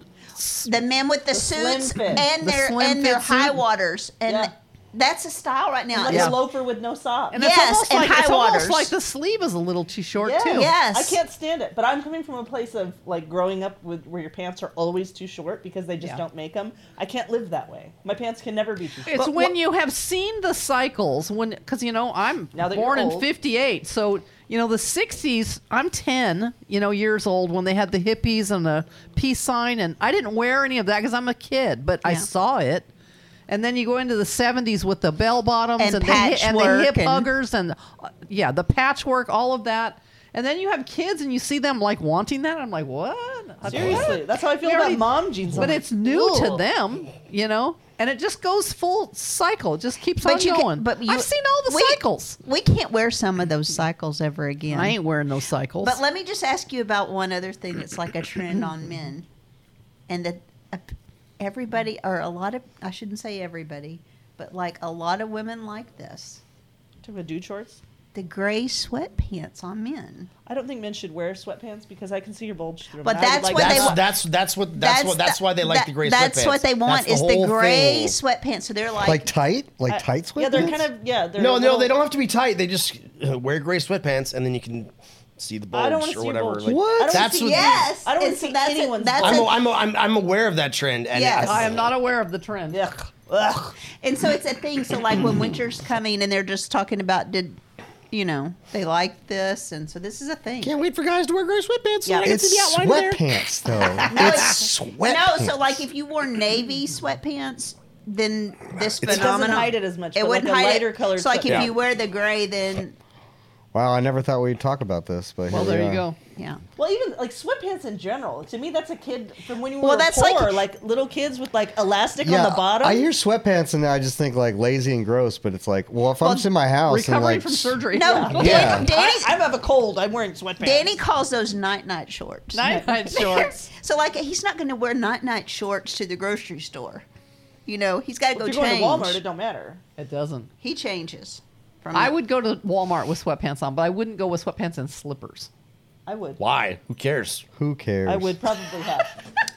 Speaker 1: the men with the, suits
Speaker 6: slim fit.
Speaker 1: and
Speaker 8: The
Speaker 1: their
Speaker 8: slim
Speaker 1: and their
Speaker 8: fit
Speaker 1: high
Speaker 8: suit.
Speaker 1: waters, and
Speaker 6: Yeah.
Speaker 1: that's a style right now.
Speaker 6: Like
Speaker 8: Yeah.
Speaker 6: a loafer with no sock.
Speaker 8: And it's
Speaker 1: Yes,
Speaker 8: almost
Speaker 1: and
Speaker 8: like,
Speaker 1: high
Speaker 8: it's almost
Speaker 1: waters.
Speaker 8: like the sleeve is a little too short too.
Speaker 1: Yeah. Yes.
Speaker 6: I can't stand it. But I'm coming from a place of like growing up with where your pants are always too short because they just
Speaker 8: Yeah.
Speaker 6: don't make them. I can't live that way. My pants can never be too short.
Speaker 8: It's when you have seen the cycles when cuz you know I'm
Speaker 6: Now that
Speaker 8: born
Speaker 6: you're
Speaker 8: in
Speaker 6: old.
Speaker 8: 58 so you know the 60s I'm 10 you know years old when they had the hippies and the peace sign and I didn't wear any of that cuz I'm a kid but I
Speaker 1: Yeah.
Speaker 8: saw it and then you go into the 70s with the bell bottoms
Speaker 1: And
Speaker 8: and, the, hi- and the
Speaker 1: patchwork
Speaker 8: hip
Speaker 1: and-
Speaker 8: huggers and uh, yeah, the patchwork, all of that. And then you have kids and you see them like wanting that. I'm like, what? What?
Speaker 6: Seriously, that's how I feel
Speaker 8: We
Speaker 6: about
Speaker 8: already-
Speaker 6: mom jeans. I'm
Speaker 8: But
Speaker 6: like,
Speaker 8: it's new to
Speaker 6: "Ugh."
Speaker 8: them, you know, and it just goes full cycle. It just keeps on
Speaker 1: But you
Speaker 8: going.
Speaker 1: can- but you-
Speaker 8: I've seen all the
Speaker 1: wait.
Speaker 8: cycles.
Speaker 1: We can't wear some of those cycles ever again.
Speaker 8: I ain't wearing those cycles.
Speaker 1: But let me just ask you about one other thing that's like a trend on men, and that uh, everybody or a lot of I shouldn't say everybody, but like a lot of women like this
Speaker 6: Talking about dude shorts.
Speaker 1: the gray sweatpants on men.
Speaker 6: I don't think men should wear sweatpants because I can see your bulge through. 'em,
Speaker 1: But
Speaker 6: and I would
Speaker 1: that's
Speaker 6: like
Speaker 1: what
Speaker 6: that
Speaker 1: they
Speaker 7: That's,
Speaker 1: want.
Speaker 7: that's that's what that's, what that's
Speaker 1: the-
Speaker 7: why they like the gray
Speaker 1: That's
Speaker 7: sweatpants.
Speaker 1: what they want
Speaker 7: That's
Speaker 1: is the,
Speaker 7: whole
Speaker 1: gray
Speaker 7: thing.
Speaker 1: sweatpants. So they're like,
Speaker 5: Like tight, like tight sweatpants.
Speaker 6: Uh, Yeah, they're kind of yeah. They're
Speaker 7: No,
Speaker 6: a
Speaker 7: no,
Speaker 6: little-
Speaker 7: they don't have to be tight. They just uh, wear gray sweatpants, and then you can see the
Speaker 6: I don't
Speaker 7: bulge
Speaker 6: wanna
Speaker 7: or
Speaker 6: see
Speaker 7: whatever.
Speaker 6: bulge.
Speaker 7: Like,
Speaker 6: I don't wanna
Speaker 7: That's
Speaker 6: see-
Speaker 7: what-
Speaker 1: yes,
Speaker 6: I don't wanna
Speaker 1: it's-
Speaker 6: see
Speaker 1: that's a-
Speaker 6: anyone's
Speaker 1: that's
Speaker 7: I'm,
Speaker 1: a-
Speaker 7: a, I'm, a, I'm I'm aware of that trend. And
Speaker 1: Yes.
Speaker 8: I am not aware of the trend.
Speaker 6: Ugh, ugh.
Speaker 1: And so it's a thing. So like when winter's coming and they're just talking about did you know, they like this and so this is a thing.
Speaker 7: Can't wait for guys to wear gray sweatpants. so
Speaker 1: Yeah.
Speaker 7: I can see
Speaker 5: It's
Speaker 7: the outline of their-
Speaker 5: sweatpants though.
Speaker 1: No,
Speaker 7: It's sweat.
Speaker 1: No, so like if you wore navy sweatpants, then this
Speaker 6: It doesn't
Speaker 1: phenomenon
Speaker 6: hide it as much.
Speaker 1: it
Speaker 6: but
Speaker 1: wouldn't
Speaker 6: like a
Speaker 1: hide
Speaker 6: lighter
Speaker 1: it.
Speaker 6: colored.
Speaker 1: so like if
Speaker 7: sweatpants.
Speaker 1: you wear the gray then
Speaker 5: wow, I never thought we'd talk about this, but
Speaker 8: Well,
Speaker 5: here
Speaker 8: there
Speaker 5: we
Speaker 8: you
Speaker 5: are.
Speaker 8: go.
Speaker 1: yeah.
Speaker 6: Well, even like sweatpants in general. To me, that's a kid from when you were
Speaker 1: Well, that's like-
Speaker 6: poor, like, little kids with like elastic on the bottom.
Speaker 5: I hear sweatpants and I just think like lazy and gross, but it's like, well, if
Speaker 1: Well,
Speaker 5: I'm just in my house and
Speaker 8: Recovering
Speaker 5: Oh, like
Speaker 8: from surgery.
Speaker 1: No, Dan-
Speaker 5: Yeah.
Speaker 1: Danny,
Speaker 6: I, I have a cold. I'm wearing sweatpants.
Speaker 1: Danny calls those night night shorts.
Speaker 8: night night shorts.
Speaker 1: so like he's not going to wear night night shorts to the grocery store. You know, he's got to
Speaker 6: if
Speaker 1: go
Speaker 6: you're
Speaker 1: change.
Speaker 6: going to Walmart, it don't matter.
Speaker 8: It doesn't.
Speaker 1: he changes. From
Speaker 8: I would go to Walmart with sweatpants on, but I wouldn't go with sweatpants and slippers.
Speaker 6: I would.
Speaker 7: Why? Who cares?
Speaker 5: who cares?
Speaker 6: I would probably have.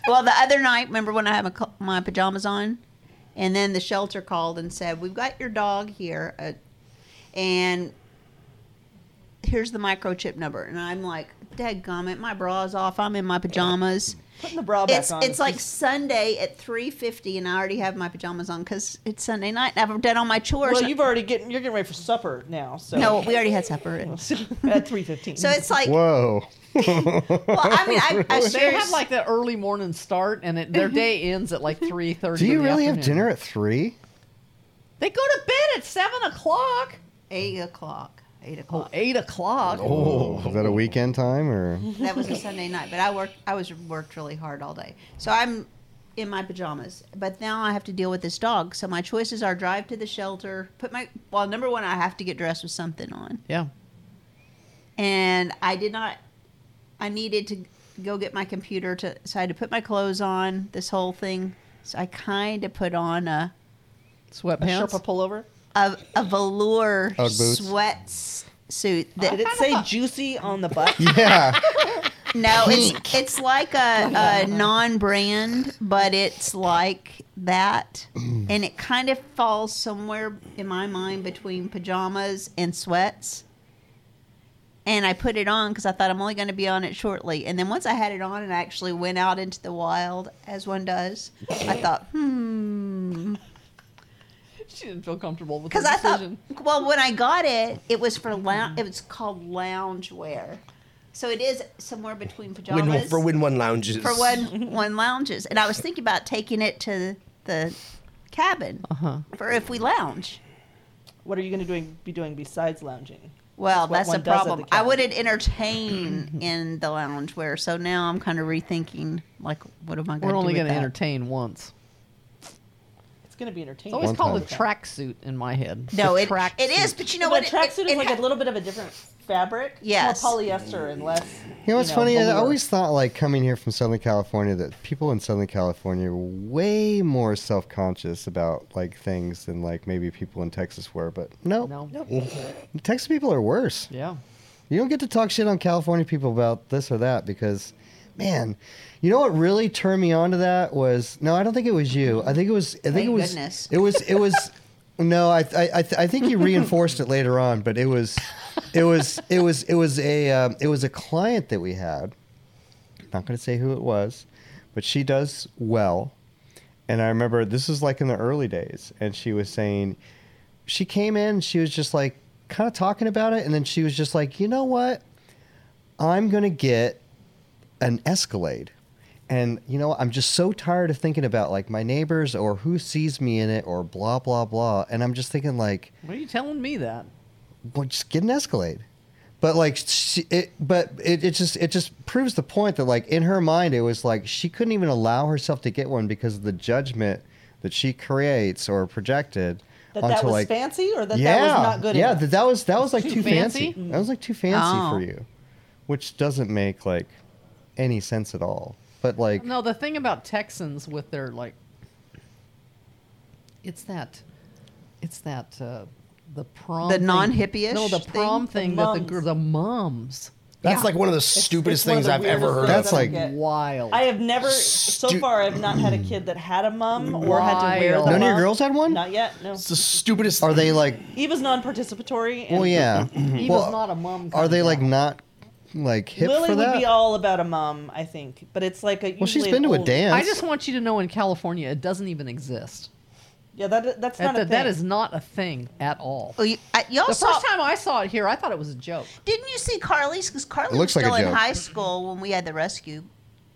Speaker 1: Well, the other night, remember when I had my, co- my pajamas on, and then the shelter called and said, "We've got your dog here, uh, and here's the microchip number." And I'm like, "Dadgummit, my bra's off. I'm in my pajamas."
Speaker 6: Putting the bra back
Speaker 1: It's
Speaker 6: on.
Speaker 1: it's like Sunday at 3:50, and I already have my pajamas on because it's Sunday night, and I've done all my chores.
Speaker 6: well, you've already getting you're getting ready for supper now. So
Speaker 1: no, we already had supper,
Speaker 6: at three fifteen.
Speaker 1: so it's like, well,
Speaker 5: Whoa.
Speaker 1: I mean, I, I
Speaker 8: They
Speaker 1: share
Speaker 8: have like the early morning start, and it, their day ends at like three thirty.
Speaker 5: Do you really have dinner at three?
Speaker 8: They go to bed at seven o'clock.
Speaker 1: eight o'clock, eight o'clock.
Speaker 8: Oh, eight o'clock.
Speaker 5: Oh, is that a weekend time or?
Speaker 1: That was a Sunday night, but I worked. I was worked really hard all day, so I'm in my pajamas. But now I have to deal with this dog. So my choices are drive to the shelter, put my well. Number one, I have to get dressed with something on,
Speaker 8: Yeah.
Speaker 1: and I did not. I needed to go get my computer to, so I had to put my clothes on. This whole thing, so I kind of put on a
Speaker 6: a
Speaker 8: Sweatpants.
Speaker 6: Sherpa pullover.
Speaker 1: a, a velour
Speaker 5: Ugg boots?
Speaker 1: sweats suit. That
Speaker 6: Did it say juicy on the butt?
Speaker 5: Yeah.
Speaker 1: No, it's it's like a, a non-brand, but it's like that, and it kind of falls somewhere in my mind between pajamas and sweats. And I put it on because I thought I'm only going to be on it shortly. And then once I had it on and I actually went out into the wild, as one does, I thought, hmm,
Speaker 8: She didn't feel comfortable with the
Speaker 1: because I thought,
Speaker 8: decision.
Speaker 1: well, when I got it, it was for lounge. It was called lounge wear, so it is somewhere between pajamas
Speaker 7: Win one, for win one lounges.
Speaker 1: for one one lounges, and I was thinking about taking it to the cabin for if we lounge.
Speaker 6: What are you going to doing, be doing besides lounging?
Speaker 1: Well, that's,
Speaker 6: That's
Speaker 1: a
Speaker 6: what one does at
Speaker 1: problem.
Speaker 6: the
Speaker 1: I
Speaker 6: cabin.
Speaker 1: wouldn't entertain in the lounge where, so now I'm kind of rethinking like, what am I going to do?
Speaker 8: We're only
Speaker 1: going
Speaker 8: going to entertain once.
Speaker 6: It's going to be
Speaker 8: It's
Speaker 6: entertaining.
Speaker 8: always
Speaker 5: One
Speaker 8: called a
Speaker 5: time.
Speaker 8: tracksuit in my head.
Speaker 1: No,
Speaker 8: A
Speaker 1: it,
Speaker 8: tracksuit.
Speaker 1: it is, but you know
Speaker 6: But
Speaker 1: what?
Speaker 6: a tracksuit
Speaker 1: it,
Speaker 6: is
Speaker 1: it,
Speaker 6: like
Speaker 1: ha-
Speaker 6: a little bit of a different fabric.
Speaker 1: Yes.
Speaker 6: It's more polyester and less.
Speaker 5: You know what's funny? I
Speaker 6: velour.
Speaker 5: always thought, like, coming here from Southern California, that people in Southern California were way more self-conscious about like things than like maybe people in Texas were. But no,
Speaker 8: No.
Speaker 5: Texas people are worse.
Speaker 8: Yeah.
Speaker 5: You don't get to talk shit on California people about this or that because, man, you know what really turned me on to that was no, I don't think it was you. I think it was. I think
Speaker 1: Thank
Speaker 5: it was.
Speaker 1: goodness.
Speaker 5: It was. It was. No, I I I, th- I think you reinforced it later on, but it was, it was it was it was a um, it was a client that we had. Not going to say who it was, but she does well. And I remember this was like in the early days, and she was saying, she came in, she was just like kind of talking about it, and then she was just like, you know what? I'm gonna get an Escalade, And you know, I'm just so tired of thinking about like my neighbors or who sees me in it or blah blah blah. And I'm just thinking like,
Speaker 8: Why are you telling me that?
Speaker 5: well, just get an Escalade. But like, she, it, but it, it just it just proves the point that like in her mind it was like she couldn't even allow herself to get one because of the judgment that she creates or projected.
Speaker 6: That
Speaker 5: onto,
Speaker 6: that was
Speaker 5: like-
Speaker 6: fancy or that
Speaker 5: yeah,
Speaker 6: that was not good
Speaker 5: yeah,
Speaker 6: enough?
Speaker 5: that, that was that was like too,
Speaker 8: Too
Speaker 5: fancy.
Speaker 8: fancy?
Speaker 5: That was like too fancy
Speaker 1: Oh.
Speaker 5: for you, which doesn't make like any sense at all. But like,
Speaker 8: No, the thing about Texans with their like, it's that, it's that uh, the prom,
Speaker 1: The
Speaker 8: thing-
Speaker 1: non-hippie-ish
Speaker 8: No, the
Speaker 1: thing?
Speaker 8: prom
Speaker 6: The
Speaker 8: thing, that the gr-
Speaker 6: mums.
Speaker 8: the mums.
Speaker 7: That's
Speaker 1: Yeah.
Speaker 7: like one of the stupidest
Speaker 6: it's one of
Speaker 7: things
Speaker 6: the
Speaker 7: I've ever
Speaker 6: weirdest
Speaker 7: heard.
Speaker 6: things
Speaker 5: That's
Speaker 6: I've
Speaker 5: like-
Speaker 6: ever-
Speaker 8: Wild.
Speaker 6: I have never so
Speaker 7: Stu-
Speaker 6: far I've not had a kid that had a mum or had to wear the
Speaker 8: Wild.
Speaker 5: None of your
Speaker 6: mum.
Speaker 5: girls had one?
Speaker 6: Not yet, no.
Speaker 7: It's the stupidest.
Speaker 5: are they like?
Speaker 6: Eva's non-participatory. And
Speaker 5: Well, yeah.
Speaker 8: Eva's
Speaker 5: well,
Speaker 8: not a mom.
Speaker 5: are
Speaker 8: kind
Speaker 5: they
Speaker 8: of
Speaker 5: like
Speaker 8: gal.
Speaker 5: not like hip
Speaker 6: Lily
Speaker 5: for
Speaker 6: would
Speaker 5: that?
Speaker 6: be all about a mum, I think, but it's like a.
Speaker 5: well, she's
Speaker 6: usually
Speaker 5: been
Speaker 6: an
Speaker 5: to a
Speaker 6: old-
Speaker 5: dance.
Speaker 8: I just want you to know in California it doesn't even exist.
Speaker 6: Yeah, that that's
Speaker 8: That,
Speaker 6: not a
Speaker 8: that-
Speaker 6: thing.
Speaker 8: that is not a thing at all.
Speaker 1: Oh, you, I, y'all
Speaker 8: The
Speaker 1: saw,
Speaker 8: first time I saw it here, I thought it was a joke.
Speaker 1: didn't you see Carly's? Because Carly
Speaker 5: It looks
Speaker 1: was
Speaker 5: like a
Speaker 1: still in
Speaker 5: joke.
Speaker 1: high school when we had the rescue.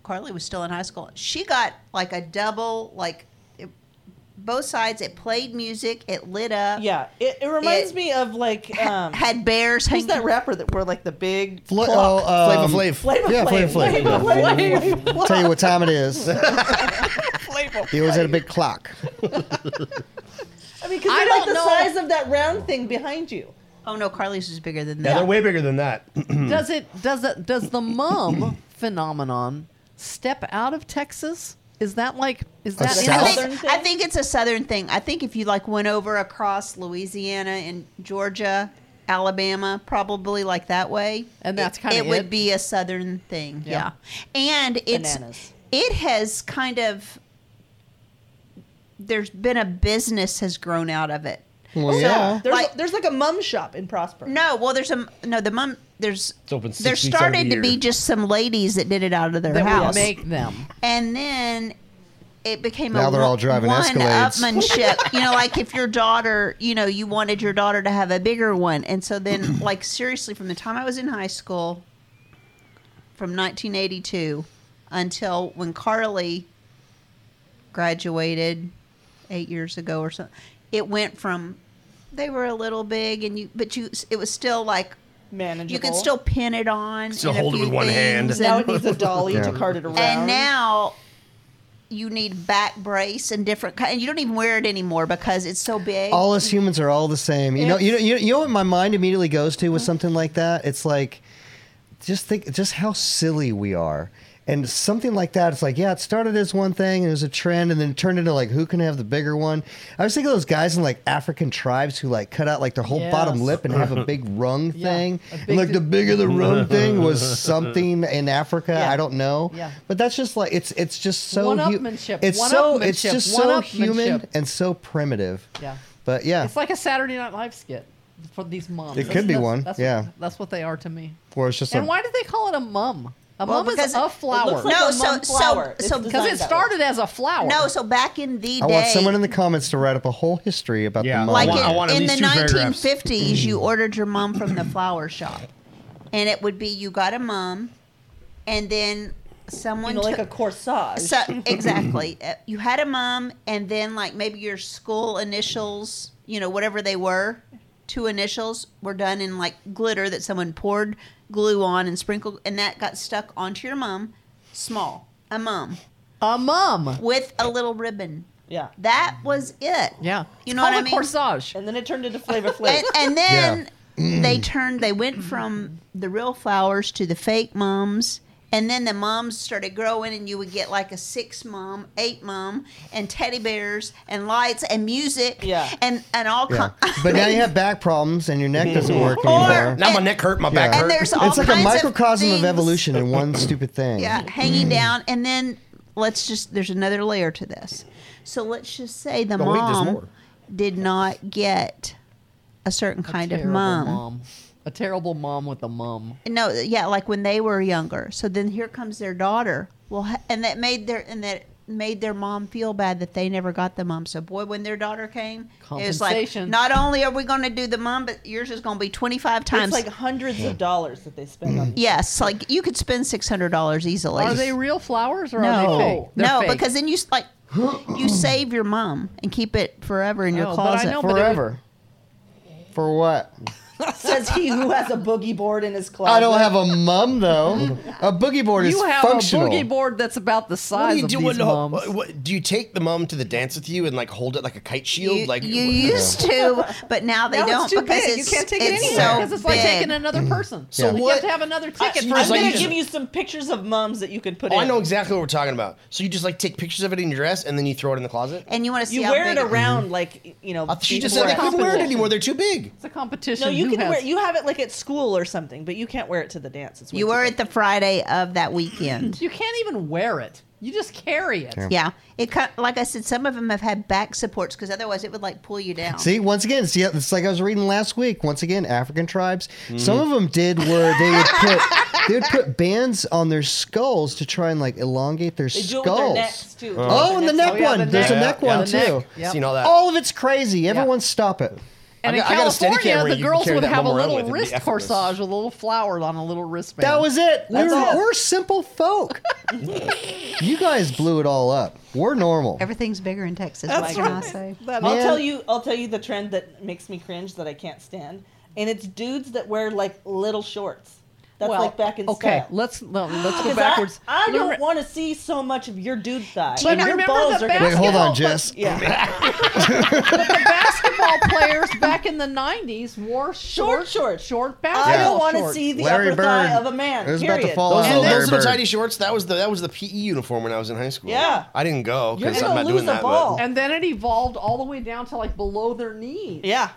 Speaker 1: Carly was still in high school. She got like a double, like it, both sides. It played music. It lit up.
Speaker 6: Yeah, it, it reminds
Speaker 1: It-
Speaker 6: me of like
Speaker 1: Ha-
Speaker 6: um,
Speaker 1: had bears
Speaker 6: who's
Speaker 1: hanging.
Speaker 6: that rapper that wore like the big
Speaker 5: Fla-
Speaker 6: clock?
Speaker 5: oh, um,
Speaker 7: Flava Flav.
Speaker 6: Flavor
Speaker 5: yeah,
Speaker 6: Flav.
Speaker 5: Flav Flav,
Speaker 6: Flavor
Speaker 5: yeah.
Speaker 6: Flav.
Speaker 5: Tell you what time it is.
Speaker 6: Flavor
Speaker 5: He always
Speaker 6: Flav.
Speaker 5: had a big clock.
Speaker 6: I mean, because
Speaker 8: I
Speaker 6: they're like
Speaker 8: don't
Speaker 6: the
Speaker 8: know.
Speaker 6: size of that round thing behind you.
Speaker 1: Oh no, Carly's is bigger than
Speaker 7: Yeah,
Speaker 1: that.
Speaker 7: they're way bigger than that.
Speaker 5: Hmm.
Speaker 8: does it does it does the mum phenomenon step out of Texas? Is that like is that
Speaker 5: South?
Speaker 1: I
Speaker 5: Southern
Speaker 1: think,
Speaker 6: thing?
Speaker 1: I think it's a southern thing. I think if you like went over across Louisiana and Georgia, Alabama, probably like that way.
Speaker 8: And that's
Speaker 1: it-
Speaker 8: kinda
Speaker 1: it, would
Speaker 8: it?
Speaker 1: be a southern thing.
Speaker 8: Yeah.
Speaker 1: Yeah, and it's
Speaker 6: Bananas.
Speaker 1: it has kind of there's been a business has grown out of it.
Speaker 5: Well,
Speaker 1: So,
Speaker 5: yeah.
Speaker 6: There's
Speaker 1: like-
Speaker 6: like, there's like a mum shop in Prosper.
Speaker 1: No, well, there's a no. The mom there's
Speaker 7: It's open six
Speaker 1: there
Speaker 7: weeks out of the
Speaker 1: started to
Speaker 7: year.
Speaker 1: be just some ladies that did it out of their
Speaker 8: that
Speaker 1: house,
Speaker 8: would make them?
Speaker 1: and then it became
Speaker 5: Now
Speaker 1: a
Speaker 5: they're all driving
Speaker 1: one
Speaker 5: Escalades.
Speaker 1: upmanship. you know, like if your daughter, you know, you wanted your daughter to have a bigger one, and so then, like seriously, from the time I was in high school, from 1982 until when Carly graduated eight years ago or something, it went from they were a little big and you, but you, it was still like
Speaker 6: Manageable.
Speaker 1: you could still pin it on,
Speaker 7: Still
Speaker 1: and a
Speaker 7: hold it
Speaker 1: few
Speaker 7: with one hand.
Speaker 1: things,
Speaker 6: Now
Speaker 1: and-
Speaker 6: it needs a dolly
Speaker 5: Yeah.
Speaker 6: to cart it around.
Speaker 1: and now you need back brace and different kind. And you don't even wear it anymore because it's so big.
Speaker 5: all us humans are all the same. You know, you know, you know, you know what my mind immediately goes to with something like that? It's like, just think, just how silly we are. And something like that, it's like, yeah, it started as one thing, it was a trend, and then it turned into like, who can have the bigger one? I was thinking of those guys in like African tribes who like cut out like their whole bottom
Speaker 8: Yes.
Speaker 5: lip and have a big rung
Speaker 8: Yeah,
Speaker 5: thing.
Speaker 8: a
Speaker 5: And,
Speaker 8: big
Speaker 5: like
Speaker 8: di-
Speaker 5: the bigger the rung thing was something in Africa.
Speaker 6: Yeah.
Speaker 5: I don't know.
Speaker 8: Yeah.
Speaker 5: But that's just like it's it's just so hu-
Speaker 8: One-upmanship,
Speaker 5: it's so it's
Speaker 8: one-upmanship,
Speaker 5: just so human
Speaker 8: one-upmanship.
Speaker 5: and so primitive.
Speaker 8: Yeah.
Speaker 5: But yeah,
Speaker 8: It's like a Saturday Night Live skit for these moms.
Speaker 5: It could
Speaker 8: That's-
Speaker 5: be
Speaker 8: that's-
Speaker 5: one,
Speaker 8: That's
Speaker 5: yeah.
Speaker 8: what, that's what they are to me.
Speaker 5: where it's just
Speaker 8: And
Speaker 5: like,
Speaker 8: why did they call it a mum? A
Speaker 1: Well,
Speaker 8: mum
Speaker 1: because
Speaker 8: is
Speaker 1: it-
Speaker 8: a
Speaker 1: it
Speaker 8: flower.
Speaker 6: Looks like
Speaker 1: No,
Speaker 6: a
Speaker 1: so-
Speaker 6: mum
Speaker 1: so-
Speaker 6: flower. It's
Speaker 1: so- 'cause
Speaker 8: because
Speaker 6: designed
Speaker 8: it
Speaker 6: that way.
Speaker 8: started as a flower.
Speaker 1: no, so back in the
Speaker 5: I
Speaker 1: day,
Speaker 5: want someone in the comments to write up a whole history about
Speaker 4: Yeah, I
Speaker 5: the mom.
Speaker 1: like
Speaker 4: want-
Speaker 1: in,
Speaker 4: I want at
Speaker 1: in the
Speaker 4: least two paragraphs.
Speaker 1: 1950s,
Speaker 5: Mm-hmm.
Speaker 1: you ordered your mom from the flower shop, and it would be you got a mom, and then someone
Speaker 6: you know, like a
Speaker 1: took-
Speaker 6: corsage.
Speaker 1: So exactly, Uh, you had a mom, and then like maybe your school initials, you know, whatever they were, two initials were done in like glitter that someone poured glue on and sprinkled, and that got stuck onto your mom, small, a mom
Speaker 8: a mum.
Speaker 1: with a little ribbon.
Speaker 6: yeah,
Speaker 1: That was it.
Speaker 8: Yeah.
Speaker 1: you
Speaker 8: It's
Speaker 1: know what
Speaker 8: called
Speaker 1: I
Speaker 8: a
Speaker 1: mean.
Speaker 8: Corsage.
Speaker 6: and then it turned into Flavor Flav.
Speaker 1: And, and then they turned. They went from the real flowers to the fake moms, and then the moms started growing, and you would get like a six mom, eight mom, and teddy bears, and lights, and music,
Speaker 6: Yeah.
Speaker 1: and and all.
Speaker 5: Yeah.
Speaker 1: kinds.
Speaker 5: But now you have back problems and your neck doesn't work
Speaker 1: Or-
Speaker 5: anymore.
Speaker 7: Now my neck hurt, my back
Speaker 1: and
Speaker 5: Yeah.
Speaker 7: hurt.
Speaker 1: there's all
Speaker 5: It's like a
Speaker 1: kinds
Speaker 5: microcosm of,
Speaker 1: things-
Speaker 5: evolution in one stupid thing.
Speaker 1: Yeah, hanging down, and then let's just there's another layer to this. So let's just say the
Speaker 7: wait, there's more.
Speaker 1: mom did not get a certain kind of
Speaker 8: Terrible
Speaker 1: mom.
Speaker 8: A terrible mom with a mum.
Speaker 1: No, yeah, like when they were younger. So then here comes their daughter. Well, ha- and that made their and that made their mom feel bad that they never got the mom. So boy, when their daughter came, it's like
Speaker 8: Compensation.
Speaker 1: not only are we going to do the mom, but yours is going to be twenty five
Speaker 6: It's
Speaker 1: times.
Speaker 6: like hundreds of dollars that they spend
Speaker 5: Mm.
Speaker 6: on these.
Speaker 1: yes, like you could spend six hundred dollars easily.
Speaker 8: Are they real flowers or
Speaker 1: no,
Speaker 8: are they fake? They're
Speaker 1: no,
Speaker 8: fake.
Speaker 1: because then you s- like you save your mom and keep it forever in your
Speaker 8: Oh, but I
Speaker 1: closet.
Speaker 8: know- but it would-
Speaker 5: Forever. For what?
Speaker 6: Says he who has a boogie board in his closet.
Speaker 5: I don't have a mum though. A boogie board is
Speaker 8: you have
Speaker 5: functional.
Speaker 8: a boogie board that's about the
Speaker 7: What do
Speaker 8: size
Speaker 7: you do
Speaker 8: of
Speaker 7: when
Speaker 8: these
Speaker 7: the
Speaker 8: mums.
Speaker 7: what, what- do you take the mum to the dance with you and like hold it like a kite shield?
Speaker 1: you,
Speaker 7: like
Speaker 1: you
Speaker 7: what-
Speaker 1: used to, but now they
Speaker 6: Now it's
Speaker 1: don't
Speaker 6: too
Speaker 1: because
Speaker 6: big.
Speaker 1: it's
Speaker 6: You can't take it
Speaker 1: it's
Speaker 6: anywhere,
Speaker 1: so
Speaker 8: because it's like
Speaker 1: big.
Speaker 8: taking another person.
Speaker 5: So
Speaker 8: you
Speaker 7: what-
Speaker 8: have to have another
Speaker 6: I,
Speaker 8: ticket
Speaker 7: you
Speaker 8: for
Speaker 6: am
Speaker 7: just like
Speaker 8: a
Speaker 6: gonna
Speaker 7: you-
Speaker 8: minute.
Speaker 6: give you some pictures of mums that you can put
Speaker 7: Oh,
Speaker 6: in.
Speaker 7: I know exactly what we're talking about. So you just like take pictures of it in your dress and then you throw it in the closet.
Speaker 1: and you want to see
Speaker 6: You
Speaker 1: how
Speaker 6: wear
Speaker 1: big
Speaker 6: it around like you know.
Speaker 7: I thought you just
Speaker 6: before
Speaker 7: said I
Speaker 6: a
Speaker 7: couldn't wear it
Speaker 6: competition.
Speaker 7: anymore. They're too big.
Speaker 8: It's a competition.
Speaker 6: No, you
Speaker 8: Who
Speaker 6: can
Speaker 8: has-
Speaker 6: wear. You have it like at school or something, but you can't wear it to the dance. It's way
Speaker 1: You
Speaker 6: too
Speaker 1: were
Speaker 6: big.
Speaker 1: at the Friday of that weekend.
Speaker 8: You can't even wear it. You just carry it.
Speaker 1: yeah, it cut, like I said, some of them have had back supports because otherwise it would like pull you down.
Speaker 5: See, once again, see, it's like I was reading last week. Once again, African tribes. Some of them did where they would put they would put bands on their skulls to try and like elongate their
Speaker 6: They do it
Speaker 5: skulls.
Speaker 6: with their necks too.
Speaker 5: Oh, and the neck
Speaker 8: Oh, yeah,
Speaker 5: one.
Speaker 8: the
Speaker 5: There's a
Speaker 8: neck.
Speaker 5: neck
Speaker 8: Yeah,
Speaker 5: one
Speaker 8: the neck.
Speaker 5: too. Oh,
Speaker 8: Yep.
Speaker 7: Seen all Uh-huh. that?
Speaker 5: All of it's crazy. Everyone stop it.
Speaker 8: And
Speaker 7: I
Speaker 8: in
Speaker 7: got- I got a steady camera,
Speaker 8: California, the
Speaker 7: you can
Speaker 8: girls
Speaker 7: carry
Speaker 8: would
Speaker 7: that
Speaker 8: have a
Speaker 7: mum around
Speaker 8: little
Speaker 7: with, it'd be
Speaker 8: wrist
Speaker 7: effortless.
Speaker 8: corsage with a little flower on a little wristband.
Speaker 5: That was it. We
Speaker 8: That's
Speaker 5: were,
Speaker 8: it.
Speaker 5: we're simple folk. you guys blew it all up. We're normal.
Speaker 1: Everything's bigger in Texas.
Speaker 6: That's
Speaker 1: what can I
Speaker 6: right.
Speaker 1: say?
Speaker 6: I'll
Speaker 5: Man.
Speaker 6: tell you. I'll tell you the trend that makes me cringe that I can't stand, and it's dudes that wear like little shorts. That's
Speaker 8: Well,
Speaker 6: like back in
Speaker 8: okay,
Speaker 6: style.
Speaker 8: let's no, let's go
Speaker 6: Because I-
Speaker 8: backwards.
Speaker 6: I,
Speaker 8: You
Speaker 6: don't
Speaker 8: remember-
Speaker 6: want to see so much of your dude thigh.
Speaker 8: But
Speaker 6: And your
Speaker 8: remember
Speaker 6: balls
Speaker 8: the
Speaker 6: are gonna-
Speaker 5: Wait, hold
Speaker 8: basketball-
Speaker 5: on, Jess.
Speaker 6: Yeah,
Speaker 8: the basketball players back in the '90s wore
Speaker 6: Short
Speaker 8: short,
Speaker 6: shorts.
Speaker 8: short
Speaker 6: I
Speaker 8: basketball
Speaker 6: don't want to
Speaker 8: shorts.
Speaker 6: see the
Speaker 5: Larry
Speaker 6: upper
Speaker 5: Bird.
Speaker 6: thigh of a man.
Speaker 5: It was about to
Speaker 6: period.
Speaker 5: fall
Speaker 7: Those,
Speaker 5: Oh,
Speaker 7: little,
Speaker 5: Larry
Speaker 7: those little
Speaker 5: Bird.
Speaker 7: tiny shorts. That was the that was the PE uniform when I was in high school.
Speaker 6: Yeah.
Speaker 7: I didn't go
Speaker 6: You're
Speaker 7: because I'm
Speaker 6: gonna
Speaker 7: not
Speaker 6: lose
Speaker 7: doing
Speaker 6: a
Speaker 7: that.
Speaker 6: ball.
Speaker 7: but-
Speaker 8: And then it evolved all the way down to like below their knees.
Speaker 6: Yeah,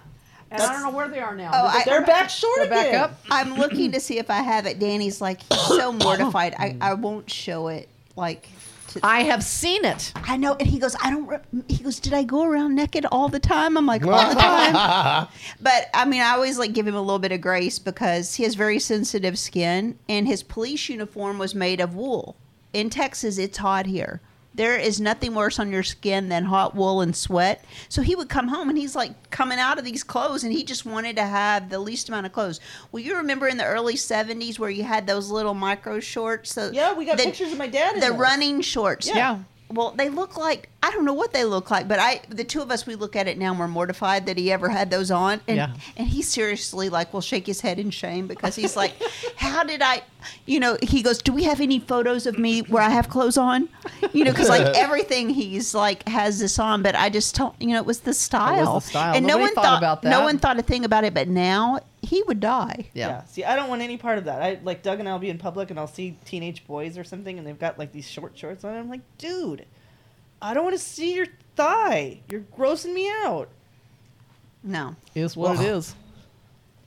Speaker 8: And I don't know where they are now.
Speaker 1: Oh,
Speaker 8: Did they
Speaker 1: I-
Speaker 8: come
Speaker 6: they're back short
Speaker 8: They're back
Speaker 6: again.
Speaker 8: up.
Speaker 1: I'm looking to see if I have it. Danny's like he's so mortified. I, I won't show it. Like to,
Speaker 8: I have seen it.
Speaker 1: I know, and he goes, I don't. Re-, he goes, did I go around naked all the time? I'm like all the time. But I mean, I always like give him a little bit of grace because he has very sensitive skin, and his police uniform was made of wool. In Texas, it's hot here. There is nothing worse on your skin than hot wool and sweat. So he would come home and he's like coming out of these clothes and he just wanted to have the least amount of clothes. Well, you remember in the early 70s where you had those little micro shorts? So
Speaker 6: yeah, we got
Speaker 1: the-
Speaker 6: pictures of my dad. in
Speaker 1: the
Speaker 6: those.
Speaker 1: running shorts.
Speaker 6: Yeah. Yeah.
Speaker 1: Well, they look like I don't know what they look like, but I the two of us we look at it now and we're mortified that he ever had those on. And
Speaker 8: Yeah.
Speaker 1: and he seriously like will shake his head in shame because he's like, How did I you know, he goes, Do we have any photos of me where I have clothes on? You know, because like everything he's like has this on, but I just don't you know, it was the style.
Speaker 8: style.
Speaker 1: And no
Speaker 8: Nobody
Speaker 1: one
Speaker 8: thought about that.
Speaker 1: No one thought a thing about it, but now he would die.
Speaker 8: Yeah.
Speaker 6: Yeah. See, I don't want any part of that. I like Doug and I'll be in public and I'll see teenage boys or something and they've got like these short shorts on. I'm like, dude, I don't want to see your thigh. You're grossing me out.
Speaker 1: No.
Speaker 8: Is what it is.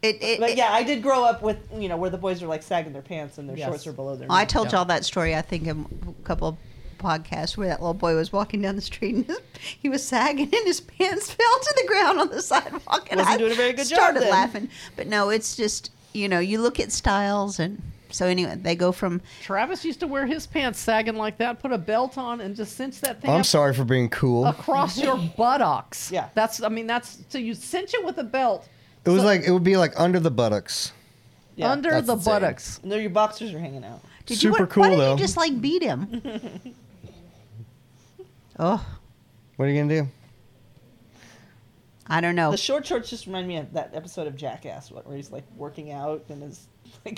Speaker 1: It, it,
Speaker 6: But
Speaker 1: it-
Speaker 6: yeah, I did grow up with you know where the boys are like sagging their pants and their
Speaker 8: Yes.
Speaker 6: shorts are below their.
Speaker 1: I
Speaker 6: knees.
Speaker 1: told
Speaker 8: Yeah.
Speaker 1: y'all that story, I think, in a couple of podcasts where that little boy was walking down the street and his, he was sagging and his pants fell to the ground on the sidewalk. And
Speaker 6: Wasn't
Speaker 1: I
Speaker 6: doing a very good job
Speaker 1: started
Speaker 6: then.
Speaker 1: laughing. But no, it's just, you know, you look at styles and. So anyway, they go from
Speaker 8: Travis used to wear his pants sagging like that, put a belt on, and just cinch that thing
Speaker 5: I'm
Speaker 8: up
Speaker 5: sorry for being cool.
Speaker 8: across your buttocks.
Speaker 6: Yeah.
Speaker 8: That's, I mean, that's, so you cinch it with a belt
Speaker 5: It was like it would be like under the buttocks.
Speaker 6: Yeah.
Speaker 8: under
Speaker 7: That's
Speaker 8: the
Speaker 7: insane.
Speaker 8: buttocks.
Speaker 6: And there, your boxers are hanging out.
Speaker 1: did you,
Speaker 5: Super
Speaker 1: why-
Speaker 5: cool,
Speaker 1: why didn't
Speaker 5: though.
Speaker 1: You just like beat him. oh,
Speaker 5: What are you gonna do?
Speaker 1: I don't
Speaker 8: Oh.
Speaker 1: know.
Speaker 6: The short shorts just remind me of that episode of Jackass where he's like working out and his like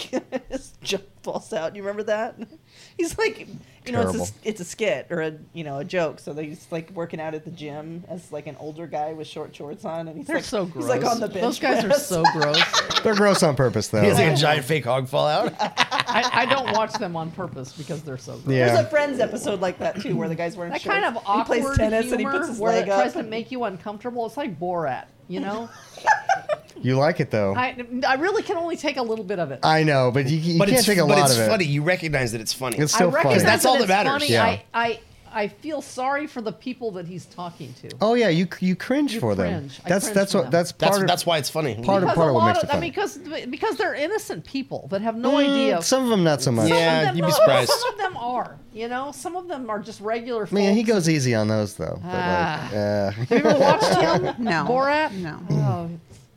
Speaker 6: his junk falls out. You remember that? He's like, you know,
Speaker 5: Terrible.
Speaker 6: it's a, it's a skit or a you know a joke. So he's like working out at the gym as like an older guy with short shorts on, and he's
Speaker 8: They're
Speaker 6: like,
Speaker 8: so gross.
Speaker 6: he's like on the bench.
Speaker 8: Those guys are
Speaker 6: press.
Speaker 8: so gross.
Speaker 5: They're gross on purpose though.
Speaker 7: He has like a giant fake hog fallout.
Speaker 8: I, I don't watch them on purpose because they're so gross.
Speaker 5: Yeah.
Speaker 6: There's a Friends episode like that too, where the guys wearing
Speaker 8: That
Speaker 6: shorts.
Speaker 8: kind of
Speaker 6: he plays
Speaker 8: awkward
Speaker 6: tennis
Speaker 8: humor
Speaker 6: and he puts his
Speaker 8: where
Speaker 6: leg
Speaker 8: it
Speaker 6: up.
Speaker 8: tries to make you uncomfortable. It's like Borat, you know?
Speaker 5: You like it though. I,
Speaker 8: I, I really can only take a little bit of it.
Speaker 5: know, but you, you
Speaker 7: but
Speaker 5: can't
Speaker 7: it's
Speaker 5: take a
Speaker 7: but
Speaker 5: lot
Speaker 7: it's
Speaker 5: of it.
Speaker 7: funny. You recognize that it's funny.
Speaker 5: It's
Speaker 8: I
Speaker 5: so funny.
Speaker 8: recognize
Speaker 7: That's all
Speaker 8: it's
Speaker 7: that matters.
Speaker 8: Funny.
Speaker 5: Yeah.
Speaker 8: I, I, I feel sorry for the people that he's talking to.
Speaker 5: Oh yeah, you you cringe
Speaker 8: You
Speaker 5: for
Speaker 8: cringe.
Speaker 5: them.
Speaker 8: I
Speaker 5: That's
Speaker 8: cringe
Speaker 5: that's
Speaker 8: for
Speaker 5: what
Speaker 8: them.
Speaker 5: that's part
Speaker 7: That's
Speaker 5: of,
Speaker 7: that's why it's funny.
Speaker 5: part of-
Speaker 8: Because a
Speaker 5: what
Speaker 8: lot
Speaker 5: makes
Speaker 8: of,
Speaker 5: it
Speaker 8: I
Speaker 5: funny.
Speaker 8: mean, because because they're innocent people that have no
Speaker 5: Mm,
Speaker 8: idea.
Speaker 5: Some of them not so much.
Speaker 7: Yeah.
Speaker 8: of them-
Speaker 7: you'd be
Speaker 8: no,
Speaker 7: surprised.
Speaker 8: Some of them are, you know. Some of them are just regular.
Speaker 5: Man, he
Speaker 8: folks.
Speaker 5: goes easy on those though. But
Speaker 8: Ah.
Speaker 5: like, uh,
Speaker 8: Have you ever watched him?
Speaker 1: No.
Speaker 8: Borat.
Speaker 1: No.
Speaker 8: Oh,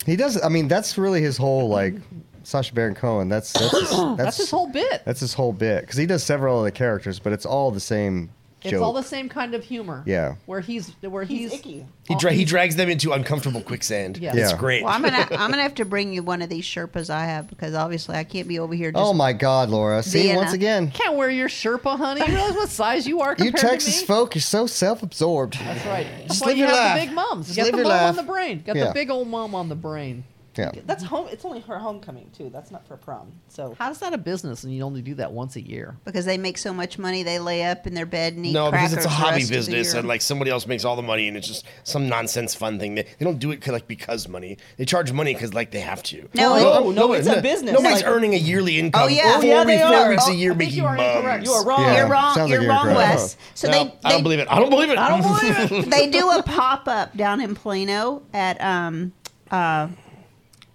Speaker 5: he does. I mean, that's really his whole like Sasha Baron Cohen. That's that's his, that's,
Speaker 8: that's his whole bit.
Speaker 5: that's his whole bit because he does several of the characters, but it's all the same
Speaker 8: It's
Speaker 5: joke.
Speaker 8: all the same kind of humor.
Speaker 5: Yeah.
Speaker 8: Where he's where
Speaker 6: He's,
Speaker 8: he's,
Speaker 6: icky.
Speaker 7: He, dra- he drags them into uncomfortable quicksand.
Speaker 8: Yeah.
Speaker 7: It's
Speaker 5: Yeah.
Speaker 7: great.
Speaker 1: Well, I'm gonna I'm gonna have to bring you one of these Sherpas I have because obviously I can't be over here. Just,
Speaker 5: oh my God, Laura! See
Speaker 1: Vienna.
Speaker 5: once again,
Speaker 8: can't wear your Sherpa, honey. You realize what size you are
Speaker 5: you
Speaker 8: compared
Speaker 5: Texas
Speaker 8: to me.
Speaker 5: folk, you're so self-absorbed.
Speaker 8: That's right. That's
Speaker 5: Just
Speaker 8: why
Speaker 5: live
Speaker 8: you
Speaker 5: your
Speaker 8: have
Speaker 5: life.
Speaker 8: the big mums. You
Speaker 5: Just
Speaker 8: got
Speaker 5: live
Speaker 8: the
Speaker 5: your
Speaker 8: mum
Speaker 5: life.
Speaker 8: on the brain. Got
Speaker 5: Yeah.
Speaker 8: the big old mum on the brain.
Speaker 5: Yeah.
Speaker 6: That's home. It's only her homecoming too. That's not for prom. So
Speaker 8: How's that a business and you only do that once a year?
Speaker 1: because they make so much money, they lay up in their bed and eat.
Speaker 7: No, because it's
Speaker 1: crackers the
Speaker 7: a hobby
Speaker 1: rest of the
Speaker 7: business,
Speaker 1: year.
Speaker 7: and like somebody else makes all the money, and it's just some nonsense fun thing. They, they don't do it 'cause, like because money. They charge money because like they have to.
Speaker 1: No,
Speaker 8: Oh,
Speaker 1: it-
Speaker 7: I'm-
Speaker 6: no, it's a business,
Speaker 7: Nobody's
Speaker 6: like-
Speaker 7: earning a yearly income.
Speaker 1: Oh, yeah.
Speaker 7: four,
Speaker 1: Oh, yeah, they
Speaker 7: four
Speaker 1: are.
Speaker 7: weeks
Speaker 1: Oh,
Speaker 7: a year
Speaker 8: I think
Speaker 7: making
Speaker 8: you are incorrect.
Speaker 7: bums.
Speaker 6: you are wrong.
Speaker 5: Yeah.
Speaker 1: You're wrong.
Speaker 5: Sounds like
Speaker 1: you're
Speaker 5: you're
Speaker 1: wrong,
Speaker 5: correct.
Speaker 1: Wes. So
Speaker 7: No,
Speaker 1: they,
Speaker 7: I don't
Speaker 1: they-
Speaker 7: believe it. I don't believe it. I don't believe it.
Speaker 1: they do a pop up down in Plano at um, uh,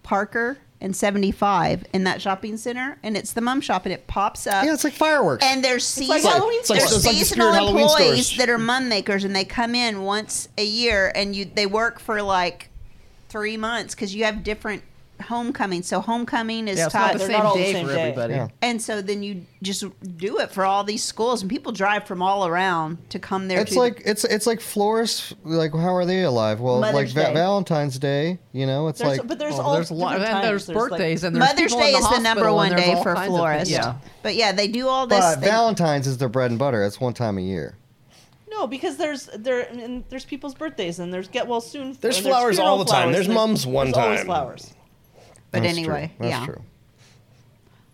Speaker 1: Parker and 75 in that shopping center, and it's the mum shop, and it pops up.
Speaker 5: Yeah, it's like fireworks.
Speaker 1: and there's season,
Speaker 7: like Halloween
Speaker 1: there's
Speaker 7: stores. It's like the
Speaker 1: seasonal
Speaker 7: Spirit Halloween
Speaker 1: employees
Speaker 7: stores.
Speaker 1: that are mum makers, and they come in once a year, and you they work for like three months because you have different homecoming. So homecoming is
Speaker 8: Yeah, it's not
Speaker 1: tied,
Speaker 8: the
Speaker 6: they're
Speaker 8: same
Speaker 6: not all the
Speaker 8: day
Speaker 6: same
Speaker 8: for
Speaker 6: day.
Speaker 8: everybody.
Speaker 5: Yeah.
Speaker 1: and so then you just do it for all these schools, and people drive from all around to come there.
Speaker 5: It's
Speaker 1: to the-
Speaker 5: like it's it's like florists. Like how are they alive? Well, like
Speaker 6: Mother's
Speaker 5: Va-
Speaker 6: Day.
Speaker 5: Valentine's Day. You know, it's
Speaker 6: There's-
Speaker 5: like
Speaker 6: but there's
Speaker 8: Well,
Speaker 6: all
Speaker 8: Oh, there's a lot,
Speaker 6: different
Speaker 8: and
Speaker 6: times.
Speaker 8: there's
Speaker 6: There's, like-
Speaker 8: birthdays, and there's
Speaker 1: Mother's
Speaker 8: people in
Speaker 1: Day
Speaker 8: the
Speaker 1: is the
Speaker 8: hospital,
Speaker 1: number
Speaker 8: and
Speaker 1: one
Speaker 8: there's
Speaker 1: day
Speaker 8: all
Speaker 1: for
Speaker 8: kinds of
Speaker 1: florists.
Speaker 8: things. Yeah.
Speaker 1: But yeah, they do all this.
Speaker 5: but
Speaker 1: they-
Speaker 5: Valentine's is their bread and butter. That's one time a year.
Speaker 6: No, because there's there and there's people's birthdays and there's get well soon.
Speaker 7: There's
Speaker 6: and
Speaker 7: flowers
Speaker 6: funeral
Speaker 7: all the time.
Speaker 6: flowers,
Speaker 7: There's
Speaker 6: and
Speaker 7: mums one
Speaker 6: there's always
Speaker 7: time.
Speaker 6: flowers.
Speaker 1: but
Speaker 5: That's true.
Speaker 1: anyway,
Speaker 5: that's
Speaker 1: yeah.
Speaker 5: true.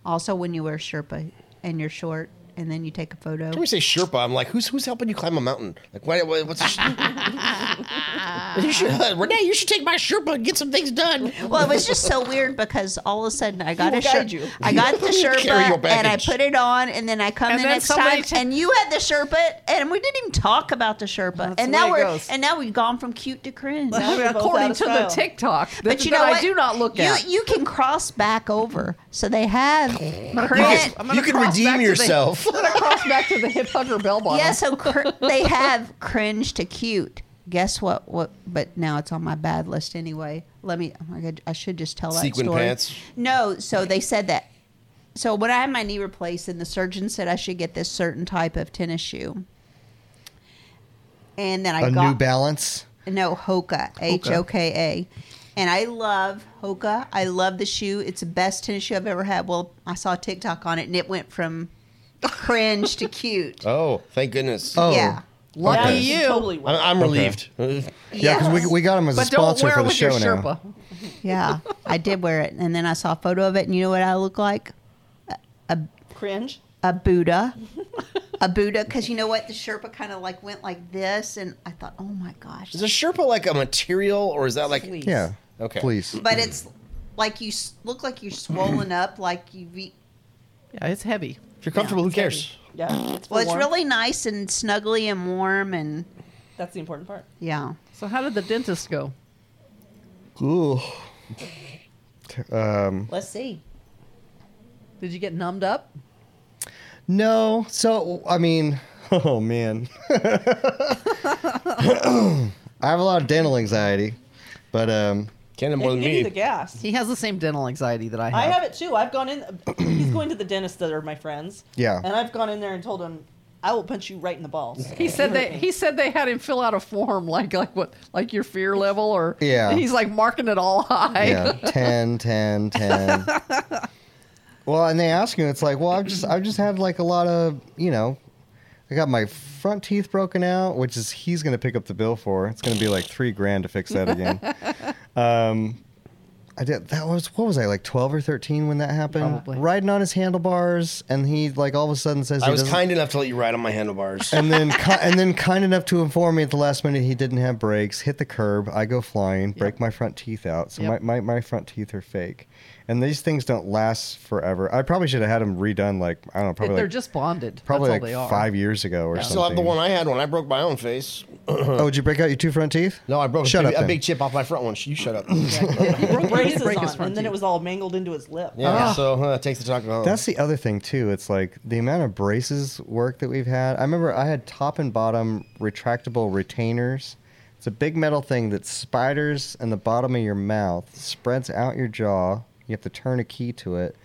Speaker 1: Also, when you wear Sherpa and you're short, and then you take a photo.
Speaker 7: When we say Sherpa, I'm like, who's who's helping you climb a mountain? Like, why, why- what's a sh- you should, uh, Renee, you should take my Sherpa and get some things done.
Speaker 1: Well, it was just so weird because all of a sudden I got
Speaker 6: will
Speaker 1: a shirt.
Speaker 6: guide you.
Speaker 1: I got the
Speaker 7: Carry your
Speaker 1: Sherpa and I
Speaker 7: baggage.
Speaker 1: put it on, and then I come
Speaker 8: And
Speaker 1: in
Speaker 8: then
Speaker 1: next
Speaker 8: somebody
Speaker 1: time,
Speaker 8: t-
Speaker 1: and you had the Sherpa, and we didn't even talk about the Sherpa.
Speaker 8: the
Speaker 1: and
Speaker 8: way
Speaker 1: now
Speaker 8: it
Speaker 1: we're
Speaker 8: goes.
Speaker 1: and now we've gone from cute to cringe.
Speaker 6: Now you're both out
Speaker 8: According
Speaker 6: of
Speaker 8: to
Speaker 6: style.
Speaker 8: the TikTok, that,
Speaker 1: But you know
Speaker 8: that I
Speaker 1: what?
Speaker 8: do not look
Speaker 1: you,
Speaker 8: at.
Speaker 1: You can cross back over, so they have current.
Speaker 8: I'm gonna
Speaker 7: You can
Speaker 8: cross back
Speaker 7: redeem
Speaker 8: to the-
Speaker 7: yourself.
Speaker 8: I'm gonna cross back to the hip hugger bell bottom.
Speaker 1: Yeah, so cr- they have cringe to cute. Guess what? What? But now it's on my bad list anyway. Let me. Oh my God, I should just tell that
Speaker 7: Sequin
Speaker 1: story.
Speaker 7: pants?
Speaker 1: No. So they said that. So when I had my knee replaced, and the surgeon said I should get this certain type of tennis shoe, and then I
Speaker 5: A
Speaker 1: got
Speaker 5: New Balance.
Speaker 1: no, Hoka, H O K A. And I love Hoka. I love the shoe. It's the best tennis shoe I've ever had. Well, I saw a TikTok on it and it went from cringe to cute.
Speaker 7: Oh, thank goodness.
Speaker 5: Oh
Speaker 1: Yeah.
Speaker 8: Lucky
Speaker 5: Okay.
Speaker 8: you.
Speaker 6: Totally.
Speaker 7: I'm,
Speaker 6: Well.
Speaker 7: I'm relieved.
Speaker 5: yeah, because we, we got him as a
Speaker 8: But don't
Speaker 5: sponsor
Speaker 8: wear
Speaker 5: for
Speaker 8: it
Speaker 5: the
Speaker 8: with
Speaker 5: show
Speaker 8: your
Speaker 5: now.
Speaker 8: Sherpa.
Speaker 1: Yeah, I did wear it. And then I saw a photo of it and you know what I look like?
Speaker 6: Cringe.
Speaker 1: A Buddha. A Buddha cuz you know what? The Sherpa kind of like went like this and I thought, "Oh my gosh."
Speaker 7: Is a Sherpa like a material or is that like.
Speaker 6: Please.
Speaker 5: Yeah.
Speaker 7: Okay.
Speaker 5: Please.
Speaker 1: But it's like you s- look like you're swollen up like you've eat-
Speaker 8: Yeah, it's heavy.
Speaker 7: If you're comfortable, who cares?
Speaker 6: Yeah. It's for
Speaker 1: Well, it's
Speaker 6: warm.
Speaker 1: really nice and snuggly and warm and
Speaker 6: That's the important part.
Speaker 1: yeah.
Speaker 8: So how did the dentist go?
Speaker 5: Ooh. Um,
Speaker 1: Let's see.
Speaker 8: Did you get numbed up?
Speaker 5: no. So I mean, oh man, I have a lot of dental anxiety, but um,
Speaker 7: Can't have
Speaker 6: They
Speaker 7: more
Speaker 6: can
Speaker 7: than
Speaker 6: give you the
Speaker 7: me.
Speaker 6: gas.
Speaker 8: He has the same dental anxiety that I have.
Speaker 6: I have it too. I've gone in. He's going to the dentist that are my friends.
Speaker 5: Yeah.
Speaker 6: And I've gone in there and told him, I will punch you right in the balls.
Speaker 8: He said they he said they had him fill out a form like like what like your fear level or
Speaker 5: Yeah.
Speaker 8: he's like marking it all high.
Speaker 5: yeah, 10, 10, 10. well, and they ask you, it's like, well, I've just I've just had like a lot of, you know, I got my front teeth broken out, which is he's gonna pick up the bill for. It's gonna be like three grand to fix that again. um, I did. That was what was I like twelve or thirteen when that happened?
Speaker 8: Probably.
Speaker 5: Riding on his handlebars, and he like all of a sudden says
Speaker 7: I
Speaker 5: he
Speaker 7: was
Speaker 5: doesn't-
Speaker 7: kind enough to let you ride on my handlebars.
Speaker 5: and then ki- and then kind enough to inform me at the last minute he didn't have brakes, hit the curb, I go flying, break my front teeth out. So
Speaker 8: Yep.
Speaker 5: my, my, my front teeth are fake. And these things don't last forever. I probably should have had them redone like I don't know, probably
Speaker 8: They're
Speaker 5: like,
Speaker 8: just bonded.
Speaker 5: probably
Speaker 8: That's
Speaker 5: like
Speaker 8: all they are.
Speaker 5: five years ago or
Speaker 7: I
Speaker 5: something.
Speaker 7: still have the one I had when I broke my own face.
Speaker 5: Oh, did you break out your two front teeth?
Speaker 7: No, I broke
Speaker 5: Shut
Speaker 7: a,
Speaker 5: up
Speaker 7: big, a
Speaker 5: then.
Speaker 7: big chip off my front one. Sh- You shut up.
Speaker 6: He broke braces
Speaker 8: break his
Speaker 6: on,
Speaker 8: front
Speaker 6: and then
Speaker 8: teeth.
Speaker 6: it was all mangled into his lip.
Speaker 7: Yeah, so uh, takes the taco home.
Speaker 5: That's the other thing too. It's like the amount of braces work that we've had. I remember I had top and bottom retractable retainers. It's a big metal thing that spiders in the bottom of your mouth spreads out your jaw. You have to turn a key to it,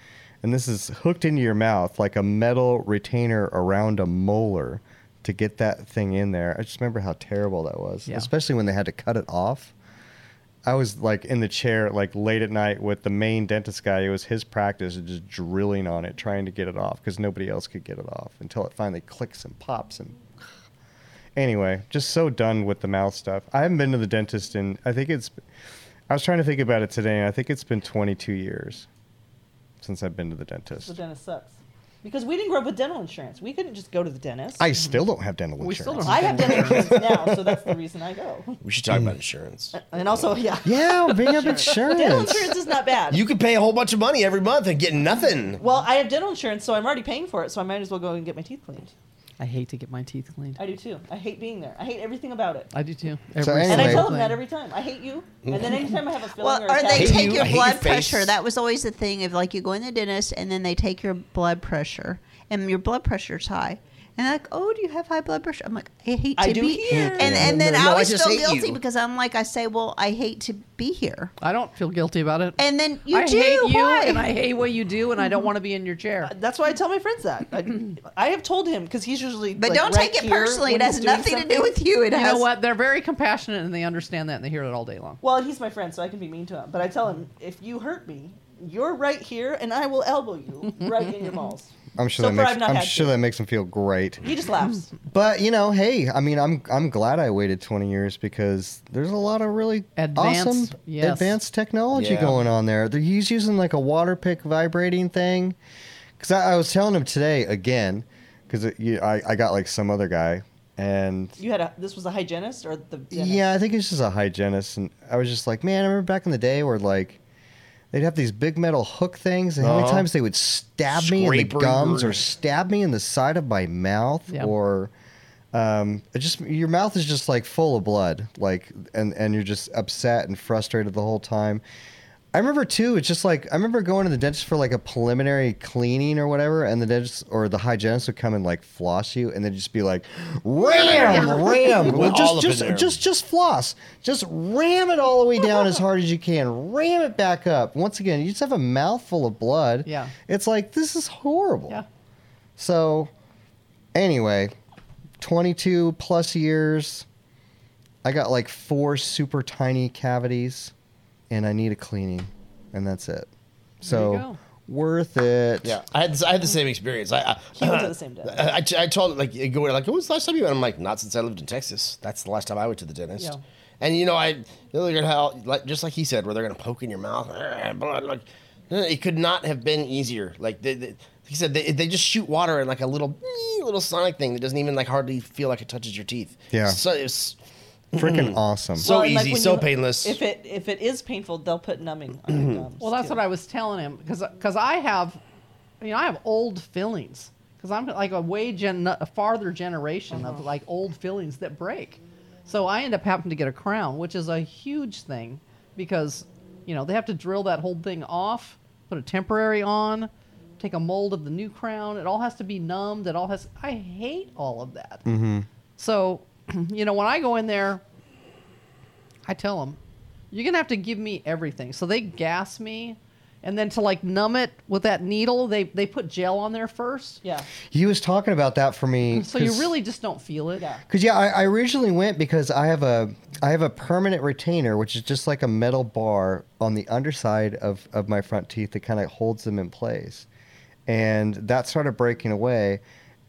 Speaker 5: and this is hooked into your mouth like a metal retainer around a molar to get that thing in there. I just remember how terrible that was,
Speaker 8: Yeah.
Speaker 5: especially when they had to cut it off. I was like in the chair, like late at night with the main dentist guy. It was his practice, of just drilling on it, trying to get it off because nobody else could get it off until it finally clicks and pops. And anyway, just so done with the mouth stuff. I haven't been to the dentist in, I think it's, I was trying to think about it today, and I think it's been 22 years since I've been to the dentist.
Speaker 6: The dentist sucks because we didn't grow up with dental insurance. We couldn't just go to the dentist.
Speaker 5: I still don't have dental insurance.
Speaker 8: We still don't
Speaker 6: I have dental insurance now, so that's the reason I go.
Speaker 7: we should talk about insurance.
Speaker 6: And also, yeah,
Speaker 5: Yeah, bring up
Speaker 6: dental
Speaker 5: insurance.
Speaker 6: insurance is not bad.
Speaker 7: You could pay a whole bunch of money every month and get nothing.
Speaker 6: well, I have dental insurance, so I'm already paying for it, so I might as well go and get my teeth cleaned.
Speaker 8: I hate to get my teeth cleaned.
Speaker 6: I do too. I hate being there. I hate everything about it.
Speaker 8: I do too.
Speaker 6: And I
Speaker 5: Anyway.
Speaker 8: single
Speaker 6: tell them that
Speaker 8: thing.
Speaker 6: every time. I hate you. And then anytime I have a feeling
Speaker 1: Well,
Speaker 6: or,
Speaker 1: or
Speaker 6: a
Speaker 1: they
Speaker 7: Hate
Speaker 6: tattoo-
Speaker 1: take
Speaker 7: you.
Speaker 1: your
Speaker 7: I hate your
Speaker 1: blood
Speaker 7: face.
Speaker 1: pressure. That was always the thing of like you go in the dentist and then they take your blood pressure and your blood pressure's high. And they're like, oh, do you have high blood pressure? I'm like, I hate to
Speaker 6: I do
Speaker 1: be
Speaker 6: here.
Speaker 1: And and then
Speaker 7: No,
Speaker 1: I
Speaker 7: I
Speaker 1: always
Speaker 7: just
Speaker 1: feel
Speaker 7: hate
Speaker 1: guilty
Speaker 7: you.
Speaker 1: because I'm like, I say, well, I hate to be here.
Speaker 8: I don't feel guilty about it.
Speaker 1: And then you
Speaker 8: I
Speaker 1: do.
Speaker 8: hate you,
Speaker 1: Why? Uh,
Speaker 8: and I hate what you do, and I don't want to be in your chair.
Speaker 6: That's why I tell my friends that. I, I have told him because he's usually.
Speaker 1: but
Speaker 6: like,
Speaker 1: don't
Speaker 6: right
Speaker 1: take it
Speaker 6: here
Speaker 1: personally.
Speaker 6: when
Speaker 1: It
Speaker 6: he's
Speaker 1: has
Speaker 6: doing
Speaker 1: nothing to
Speaker 6: something.
Speaker 1: do with you. It
Speaker 8: You
Speaker 1: has
Speaker 8: know what? They're very compassionate, and they understand that, and they hear it all day long.
Speaker 6: Well, he's my friend, so I can be mean to him. But I tell him, if you hurt me, you're right here, and I will elbow you right in your balls.
Speaker 5: I'm sure
Speaker 6: So
Speaker 5: that
Speaker 6: far,
Speaker 5: makes
Speaker 6: I've not
Speaker 5: I'm
Speaker 6: had
Speaker 5: sure
Speaker 6: to.
Speaker 5: that makes them feel great.
Speaker 6: He just laughs.
Speaker 5: But you know, hey, I mean, I'm I'm glad I waited 20 years because there's a lot of really
Speaker 8: Advanced,
Speaker 5: awesome
Speaker 8: yes.
Speaker 5: advanced technology
Speaker 7: Yeah.
Speaker 5: going on there. They're he's using like a water pick vibrating thing. Because I, I was telling him today again, because I I got like some other guy and
Speaker 6: You had a. This was a hygienist or the. Dentist?
Speaker 5: yeah, I think it's just a hygienist, and I was just like, man, I remember back in the day where like they'd have these big metal hook things, and how many
Speaker 7: Uh-huh.
Speaker 5: times they would stab me in the
Speaker 7: Scraper.
Speaker 5: gums or stab me in the side of my mouth,
Speaker 8: Yeah.
Speaker 5: or um, it just your mouth is just like full of blood, like and and you're just upset and frustrated the whole time. I remember too. It's just like I remember going to the dentist for like a preliminary cleaning or whatever, and the dentist or the hygienist would come and like floss you, and they'd just be like, "Ram, ram, well,
Speaker 7: All
Speaker 5: just
Speaker 7: up
Speaker 5: just
Speaker 7: in there.
Speaker 5: just just floss, just ram it all the way down as hard as you can, ram it back up." Once again, you just have a mouthful of blood.
Speaker 8: Yeah.
Speaker 5: it's like this is horrible.
Speaker 8: Yeah.
Speaker 5: So, anyway, 22 plus years, I got like four super tiny cavities, and I need a cleaning, and that's it. So,
Speaker 8: go.
Speaker 5: worth it.
Speaker 7: Yeah, I had, I had the same experience. I, I
Speaker 6: He went to the same dentist.
Speaker 7: I, I, I told like you go in, like when was the last time you went? I'm like not since I lived in Texas. That's the last time I went to the dentist.
Speaker 6: Yeah.
Speaker 7: And you know I look at how like, just like he said where they're gonna poke in your mouth. "Ah, Blood, like, it could not have been easier. Like they, they, he said, they, they just shoot water in like a little little sonic thing that doesn't even like hardly feel like it touches your teeth.
Speaker 5: Yeah.
Speaker 7: So it's
Speaker 5: Freaking awesome.
Speaker 7: so
Speaker 6: Well, and, like,
Speaker 7: easy,
Speaker 6: when
Speaker 7: so
Speaker 6: you-
Speaker 7: painless.
Speaker 6: If it if it is painful, they'll put numbing on
Speaker 5: Mm-hmm.
Speaker 6: your gums.
Speaker 8: Well, that's
Speaker 6: too.
Speaker 8: what I was telling him because I have, you know, I have old fillings because I'm like a way gen a farther generation
Speaker 1: Uh-huh.
Speaker 8: of like old fillings that break, so I end up having to get a crown, which is a huge thing because you know they have to drill that whole thing off, put a temporary on, take a mold of the new crown. It all has to be numbed. It all has. I hate all of that. So, you know, when I go in there, I tell them, you're going to have to give me everything. So they gas me. And then to like numb it with that needle, they, they put gel on there first.
Speaker 6: Yeah.
Speaker 5: He was talking about that for me.
Speaker 8: So you
Speaker 5: 'cause-
Speaker 8: really just don't feel it.
Speaker 6: Yeah.
Speaker 5: Cause yeah, I, I originally went because I have a I have a permanent retainer, which is just like a metal bar on the underside of, of my front teeth that kind of holds them in place, and that started breaking away,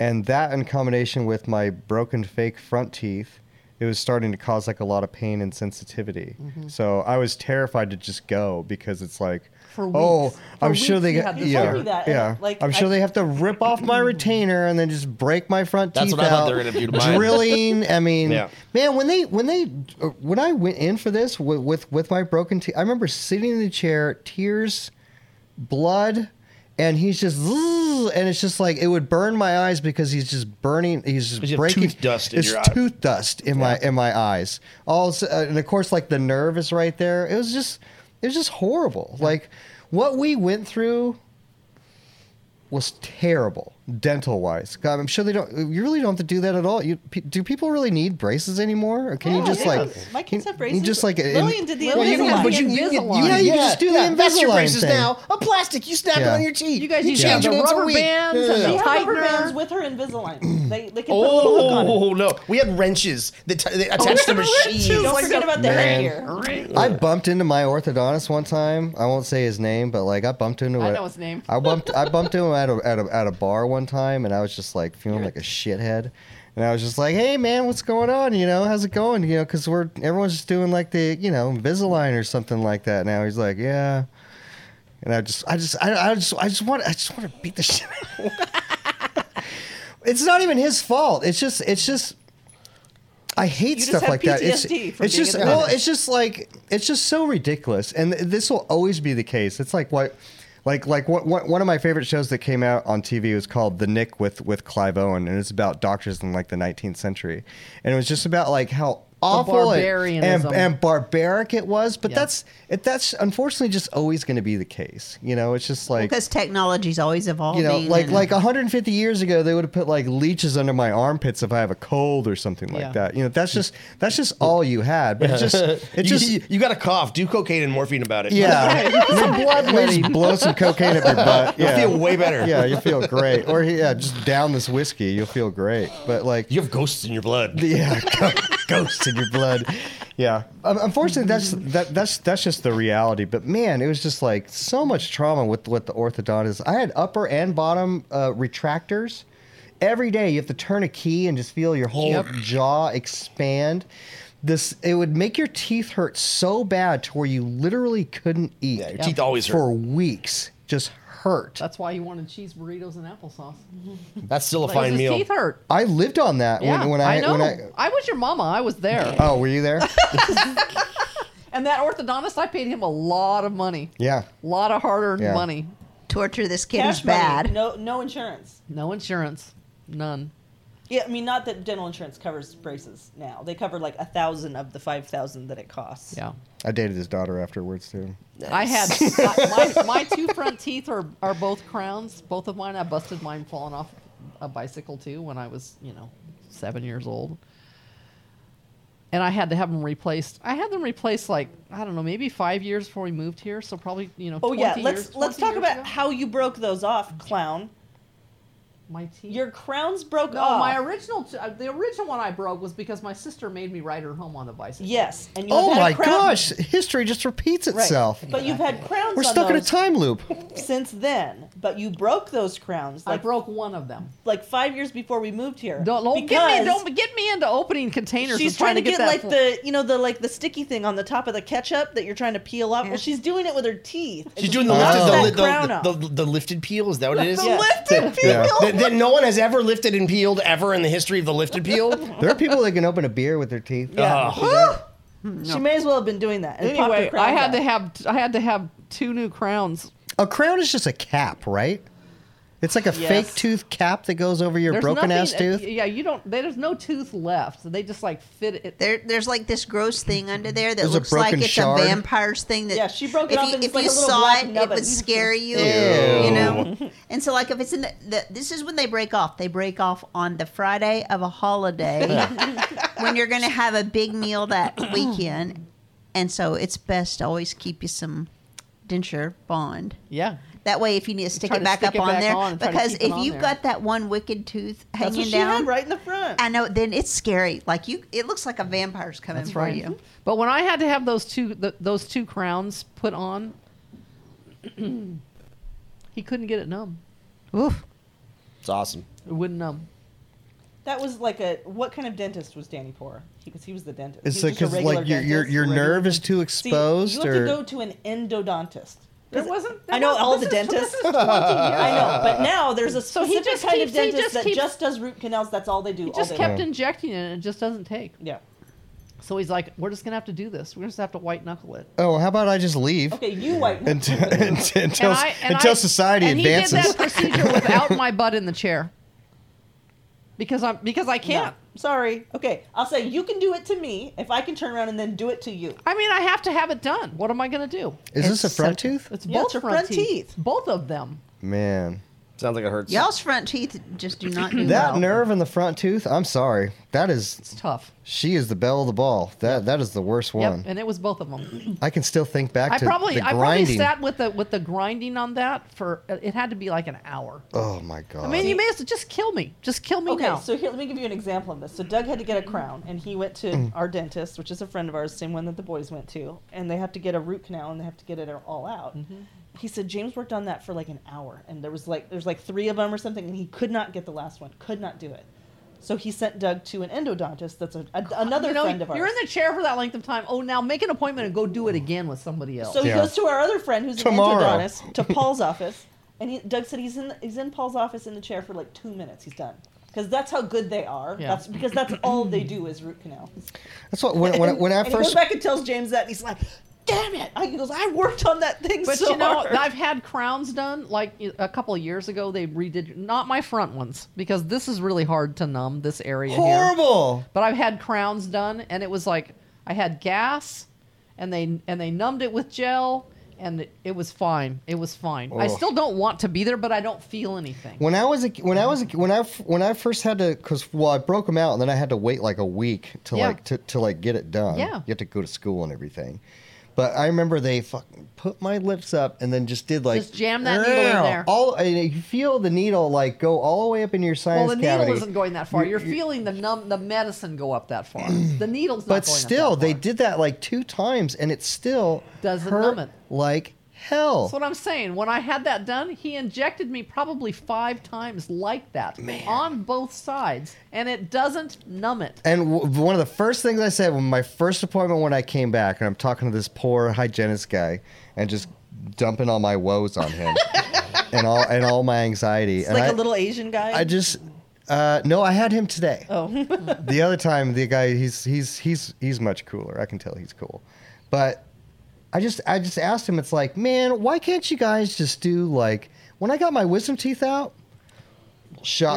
Speaker 5: and that in combination with my broken fake front teeth it was starting to cause like a lot of pain and sensitivity.
Speaker 8: Mm-hmm.
Speaker 5: So I was terrified to just go because it's like,
Speaker 8: For
Speaker 5: oh,
Speaker 8: weeks. For
Speaker 5: I'm sure
Speaker 8: weeks
Speaker 5: they
Speaker 8: you
Speaker 5: got
Speaker 8: had
Speaker 6: this
Speaker 5: yeah,
Speaker 6: issue. That, and,
Speaker 5: yeah.
Speaker 6: like,
Speaker 5: I'm sure
Speaker 6: I-
Speaker 5: they have to rip off my retainer and then just break my front
Speaker 7: That's
Speaker 5: teeth
Speaker 7: what I thought
Speaker 5: out.
Speaker 7: they were gonna do to mine.
Speaker 5: Drilling. I mean,
Speaker 7: Yeah.
Speaker 5: man, when they when they uh, when I went in for this with with, with my broken teeth, I remember sitting in the chair, tears blood and he's just "Zzz," and it's just like it would burn my eyes because he's just burning he's just
Speaker 7: Because you have
Speaker 5: breaking
Speaker 7: tooth dust in
Speaker 5: it's
Speaker 7: your eye.
Speaker 5: tooth dust in my in my eyes all s- uh, and of course like the nerve is right there it was just it was just horrible like what we went through was terrible dental wise God, i'm sure they don't you really don't have to do that at all you pe- do people really need braces anymore or can you
Speaker 6: Oh, Yeah,
Speaker 5: just
Speaker 6: they
Speaker 5: like
Speaker 6: don't. My kids
Speaker 5: can-
Speaker 6: have
Speaker 5: you
Speaker 6: braces.
Speaker 5: just like
Speaker 6: Lillian did the
Speaker 5: well, you
Speaker 6: Invisalign.
Speaker 5: don't- but you, you,
Speaker 8: Invisalign.
Speaker 5: yeah, you
Speaker 7: Yeah,
Speaker 5: can just do the Invisalign
Speaker 7: that's your braces
Speaker 5: thing.
Speaker 7: now. A plastic. You snap it
Speaker 5: Yeah.
Speaker 7: on your teeth.
Speaker 8: You guys
Speaker 7: you
Speaker 8: used to have
Speaker 7: change
Speaker 8: the
Speaker 7: it once a
Speaker 8: rubber
Speaker 7: week.
Speaker 8: bands and
Speaker 7: Yeah.
Speaker 8: the
Speaker 6: They have rubber
Speaker 8: Tightener.
Speaker 6: bands with her Invisalign. They, they can put a little hook on it.
Speaker 7: Oh no, we had wrenches that t- they attached to machines.
Speaker 6: Don't forget about the hair
Speaker 5: Man.
Speaker 6: here.
Speaker 5: I bumped into my orthodontist one time. I won't say his name, but like I bumped into
Speaker 8: I
Speaker 5: it.
Speaker 8: know his name.
Speaker 5: I bumped I bumped into him at a, at a at a bar one time, and I was just like feeling like a shithead. And I was just like, "Hey man, what's going on? You know, how's it going? You know, because we're everyone's just doing like the you know Invisalign or something like that now." He's like, "Yeah," and I just I just I, I just I just want I just want to beat the shit. out of him. it's not even his fault. It's just it's just I hate
Speaker 6: You just
Speaker 5: stuff
Speaker 6: have
Speaker 5: like that. It's,
Speaker 6: PTSD from
Speaker 5: it's
Speaker 6: being
Speaker 5: just
Speaker 6: a
Speaker 5: well,
Speaker 6: dentist.
Speaker 5: it's just like it's just so ridiculous, and th- this will always be the case. It's like what, like like what, what one of my favorite shows that came out on TV was called The Nick with with Clive Owen, and it's about doctors in like the 19th century, and it was just about like how awful and- and,
Speaker 8: barbarianism.
Speaker 5: and barbaric it was. But
Speaker 8: Yeah.
Speaker 5: that's it, that's unfortunately just always going to be the case. You know, it's just like
Speaker 1: because technology's always evolving.
Speaker 5: you know, like
Speaker 1: and-
Speaker 7: uh,
Speaker 5: like 150 years ago, they would have put like leeches under my armpits if I have a cold or something like
Speaker 8: Yeah.
Speaker 5: that. You know, that's just that's just all you had. But it just it
Speaker 7: you,
Speaker 5: just
Speaker 7: you, you got a cough. Do cocaine and morphine about it.
Speaker 5: yeah,
Speaker 8: bloodletting.
Speaker 5: just blow some cocaine up your butt.
Speaker 7: You'll
Speaker 5: Yeah,
Speaker 7: feel way better.
Speaker 5: yeah, you feel great. Or yeah, just down this whiskey, you'll feel great. But like
Speaker 7: You have ghosts in your blood.
Speaker 5: yeah, go- ghosts in your blood. Yeah. Um, Unfortunately, that's that, that's that's just the reality. But man, it was just like so much trauma with with the orthodontist. I had upper and bottom uh, retractors. Every day, you have to turn a key and just feel your whole jaw expand. This it would make your teeth hurt so bad to where you literally couldn't eat
Speaker 7: Yeah, your teeth always hurt.
Speaker 5: for weeks. Just hurt.
Speaker 8: That's why you wanted cheese burritos and applesauce.
Speaker 7: That's still a
Speaker 8: Like,
Speaker 7: fine
Speaker 8: his
Speaker 7: meal.
Speaker 8: teeth hurt.
Speaker 5: I lived on that
Speaker 8: Yeah,
Speaker 5: when, when
Speaker 8: I,
Speaker 5: I,
Speaker 8: know.
Speaker 5: when
Speaker 8: I,
Speaker 5: I
Speaker 8: was your mama. I was there.
Speaker 5: oh were you there?
Speaker 8: and that orthodontist, I paid him a lot of money.
Speaker 5: yeah.
Speaker 8: A lot of hard-earned
Speaker 5: Yeah.
Speaker 8: money.
Speaker 1: torture this kid is
Speaker 6: Cash money,
Speaker 1: bad.
Speaker 6: No, no insurance.
Speaker 8: No insurance. None.
Speaker 6: Yeah, I mean, not that dental insurance covers braces now. They cover like a thousand of the five thousand that it costs.
Speaker 8: Yeah.
Speaker 5: I dated his daughter afterwards too.
Speaker 8: I had my, my, my two front teeth are, are both crowns. Both of mine. I busted mine falling off a bicycle too when I was you know seven years old, and I had to have them replaced. I had them replaced like I don't know maybe five years before we moved here. So probably you know.
Speaker 6: Oh yeah,
Speaker 8: 20
Speaker 6: let's
Speaker 8: years-
Speaker 6: let's
Speaker 8: 20
Speaker 6: talk
Speaker 8: years
Speaker 6: about
Speaker 8: ago.
Speaker 6: how you broke those off, clown.
Speaker 8: my teeth.
Speaker 6: Your crowns broke
Speaker 8: no,
Speaker 6: off.
Speaker 8: my original t- uh, the original one I broke was because my sister made me ride her home on the bicycle.
Speaker 6: yes, and you have
Speaker 5: Oh
Speaker 6: had
Speaker 5: my
Speaker 6: crown-
Speaker 5: gosh, history just repeats
Speaker 6: Right.
Speaker 5: itself.
Speaker 6: But you've had crowns.
Speaker 5: We're
Speaker 6: on
Speaker 5: stuck in a
Speaker 6: those
Speaker 5: time loop.
Speaker 6: since then. But you broke those crowns
Speaker 8: I
Speaker 6: like
Speaker 8: broke one of them.
Speaker 6: like five years before we moved here.
Speaker 8: Don't, don't get
Speaker 6: because
Speaker 8: me don't get me into opening containers.
Speaker 6: She's
Speaker 8: and
Speaker 6: trying to get,
Speaker 8: that
Speaker 6: like
Speaker 8: full-
Speaker 6: the you know the like the sticky thing on the top of the ketchup that you're trying to peel off. Well, she's doing it with her teeth.
Speaker 7: She's
Speaker 6: It's
Speaker 7: doing the
Speaker 5: Oh.
Speaker 7: lifted,
Speaker 5: That
Speaker 7: the,
Speaker 6: crown
Speaker 7: the, the, the, the lifted peel. Is that what it is?
Speaker 6: The Yeah.
Speaker 7: lifted
Speaker 5: peel.
Speaker 7: That, that no one has ever lifted and peeled ever in the history of the lifted peel. Oh.
Speaker 5: There are people that can open a beer with their teeth.
Speaker 7: Yeah.
Speaker 6: She may as well have been doing that. And popped her
Speaker 8: anyway, I
Speaker 6: crown
Speaker 8: had
Speaker 6: out.
Speaker 8: to have I had to have two new crowns.
Speaker 5: A crown is just a cap, right? It's like a
Speaker 6: Yes.
Speaker 5: fake tooth cap that goes over your
Speaker 8: There's
Speaker 5: broken ass
Speaker 8: nothing-
Speaker 5: tooth.
Speaker 8: Yeah, you don't. There's no tooth left. So they just like fit it.
Speaker 1: There, there's like this gross thing under there that
Speaker 5: There's a
Speaker 1: looks like
Speaker 5: broken
Speaker 1: it's
Speaker 5: shard.
Speaker 1: a vampire's thing. That
Speaker 6: Yeah, she broke it
Speaker 1: if
Speaker 6: off
Speaker 1: you,
Speaker 6: and it's
Speaker 1: if
Speaker 6: like
Speaker 1: you
Speaker 6: a little
Speaker 1: saw
Speaker 6: black
Speaker 1: it, it
Speaker 6: nubbin.
Speaker 1: would scare you.
Speaker 5: Ew.
Speaker 1: You know. And so, like, if it's in the, the this is when they break off. They break off on the Friday of a holiday when you're going to have a big meal that weekend, and so it's best to always keep you some denture bond.
Speaker 8: Yeah.
Speaker 1: That way, if you need to stick
Speaker 8: Try
Speaker 1: it
Speaker 8: to
Speaker 1: back
Speaker 8: stick
Speaker 1: up
Speaker 8: it
Speaker 1: on
Speaker 8: back
Speaker 1: there,
Speaker 8: on and try to
Speaker 1: because
Speaker 8: keep it
Speaker 1: if
Speaker 8: on
Speaker 1: you've
Speaker 8: there.
Speaker 1: got that one wicked tooth hanging
Speaker 6: That's what she
Speaker 1: down,
Speaker 6: had right in the front.
Speaker 1: I know. Then it's scary. Like you, it looks like a vampire's coming
Speaker 8: That's
Speaker 1: for
Speaker 8: right.
Speaker 1: you.
Speaker 8: But when I had to have those two th those two crowns put on, he couldn't get it numb.
Speaker 1: Oof.
Speaker 7: It's awesome.
Speaker 8: It wouldn't numb.
Speaker 6: That was like a what kind of dentist was Danny Poor? Because he, was the dentist.
Speaker 5: It's
Speaker 6: He was
Speaker 5: like
Speaker 6: just a
Speaker 5: because like your
Speaker 6: regular
Speaker 5: your,
Speaker 6: dentist.
Speaker 5: your
Speaker 6: Regular
Speaker 5: nerve is
Speaker 6: dentist.
Speaker 5: too
Speaker 6: See,
Speaker 5: exposed,
Speaker 6: you have
Speaker 5: or
Speaker 6: to go to an endodontist.
Speaker 8: There wasn't.
Speaker 6: I know
Speaker 8: there
Speaker 6: all
Speaker 8: was-
Speaker 6: the
Speaker 8: this is- this
Speaker 6: dentists.
Speaker 8: is 20 years
Speaker 6: I know, but now there's a
Speaker 8: So
Speaker 6: specific
Speaker 8: he just
Speaker 6: kind
Speaker 8: keeps-
Speaker 6: of
Speaker 8: he
Speaker 6: dentist
Speaker 8: just
Speaker 6: that
Speaker 8: keeps-
Speaker 6: just does root canals. That's all they do.
Speaker 8: He
Speaker 6: all
Speaker 8: just
Speaker 6: day
Speaker 8: kept
Speaker 6: long.
Speaker 8: injecting it, and it just doesn't take.
Speaker 6: Yeah.
Speaker 8: So he's like, "We're just gonna have to do this. We're just gonna have to white knuckle it."
Speaker 5: oh, how about I just leave
Speaker 6: Okay, you white.
Speaker 5: until until, until,
Speaker 8: And I- and I-
Speaker 5: society
Speaker 8: and
Speaker 5: advances?
Speaker 8: he did that procedure without my butt in the chair because I'm because I
Speaker 6: No,
Speaker 8: can't.
Speaker 6: Sorry. Okay, I'll say you can do it to me if I can turn around and then do it to you.
Speaker 8: I mean, I have to have it done. What am I gonna do?
Speaker 5: Is this a front tooth?
Speaker 8: It's
Speaker 6: Yeah,
Speaker 8: both
Speaker 6: it's your
Speaker 8: front
Speaker 6: front
Speaker 8: teeth.
Speaker 6: teeth.
Speaker 8: both of them.
Speaker 5: Man,
Speaker 7: Sounds like it hurts.
Speaker 1: Y'all's front teeth just do not do
Speaker 5: that
Speaker 1: well.
Speaker 5: nerve in the front tooth. I'm sorry, that
Speaker 8: It's
Speaker 5: is
Speaker 8: tough.
Speaker 5: she is the belle of the ball. That that is the worst one.
Speaker 8: Yep, and it was both of them.
Speaker 5: I can still think back
Speaker 8: I
Speaker 5: to
Speaker 8: probably
Speaker 5: the
Speaker 8: I probably
Speaker 5: grinding.
Speaker 8: sat with the with the grinding on that for it had to be like an hour.
Speaker 5: oh my god!
Speaker 8: I mean, you may as well just kill me. Just kill me
Speaker 6: Okay,
Speaker 8: now.
Speaker 6: so here, let me give you an example of this. So Doug had to get a crown, and he went to our dentist, which is a friend of ours, same one that the boys went to, and they have to get a root canal and they have to get it all out.
Speaker 8: Mm-hmm.
Speaker 6: He said James worked on that for like an hour, and there was like there's like three of them or something, and he could not get the last one, could not do it. So he sent Doug to an endodontist. That's a, a, another
Speaker 8: you know,
Speaker 6: friend of ours.
Speaker 8: you're in the chair for that length of time. Oh, now make an appointment and go do it again with somebody else.
Speaker 6: So he
Speaker 5: Yeah.
Speaker 6: goes to our other friend who's
Speaker 5: Tomorrow.
Speaker 6: an endodontist to Paul's office, and he, Doug said he's in the, he's in Paul's office in the chair for like two minutes. He's done because that's how good they are.
Speaker 8: Yeah.
Speaker 6: That's because that's all they do is root canal.
Speaker 5: That's what when when, I- when I
Speaker 6: and he goes
Speaker 5: first
Speaker 6: back and tells James that, and he's like, "Damn it!" I, he goes, "I worked on that thing
Speaker 8: But
Speaker 6: so
Speaker 8: you know,
Speaker 6: hard."
Speaker 8: I've had crowns done like a couple of years ago. They redid not my front ones because this is really hard to numb this area here.
Speaker 5: horrible.
Speaker 8: But I've had crowns done, and it was like I had gas, and they and they numbed it with gel, and it, it was fine. It was fine. I
Speaker 5: Ugh.
Speaker 8: still don't want to be there, but I don't feel anything.
Speaker 5: When I was a, when I was a, when I f- when I first had to because well I broke them out and then I had to wait like a week to
Speaker 8: Yeah.
Speaker 5: like to, to like get it done.
Speaker 8: Yeah.
Speaker 5: you have to go to school and everything. But I remember they fucking put my lips up and then just did like
Speaker 8: Just jam that needle in
Speaker 5: "Ow."
Speaker 8: there.
Speaker 5: All and you feel the needle like go all the way up in your
Speaker 8: well,
Speaker 5: sinus
Speaker 8: the needle
Speaker 5: cavity.
Speaker 8: isn't going that far. You're, feeling the numb, the medicine go up that far. the needle's not.
Speaker 5: but
Speaker 8: going
Speaker 5: still,
Speaker 8: up that
Speaker 5: they
Speaker 8: far.
Speaker 5: did that like two times and it still
Speaker 8: Doesn't
Speaker 5: hurt
Speaker 8: numb it.
Speaker 5: like hell.
Speaker 8: That's what I'm saying. When I had that done, he injected me probably five times like that on both sides, and it doesn't numb it.
Speaker 5: And w- one of the first things I said when my first appointment when I came back, and I'm talking to this poor hygienist guy, and just dumping all my woes on him, and all and all my anxiety.
Speaker 6: it's
Speaker 5: and
Speaker 6: like
Speaker 5: I
Speaker 6: a little Asian guy.
Speaker 5: I just, uh, no, I had him today. Oh. the other time, the guy, he's he's he's he's much cooler. I can tell he's cool, but I just I just asked him. It's like, man, why can't you guys just do like when I got my wisdom teeth out? Shot
Speaker 8: You're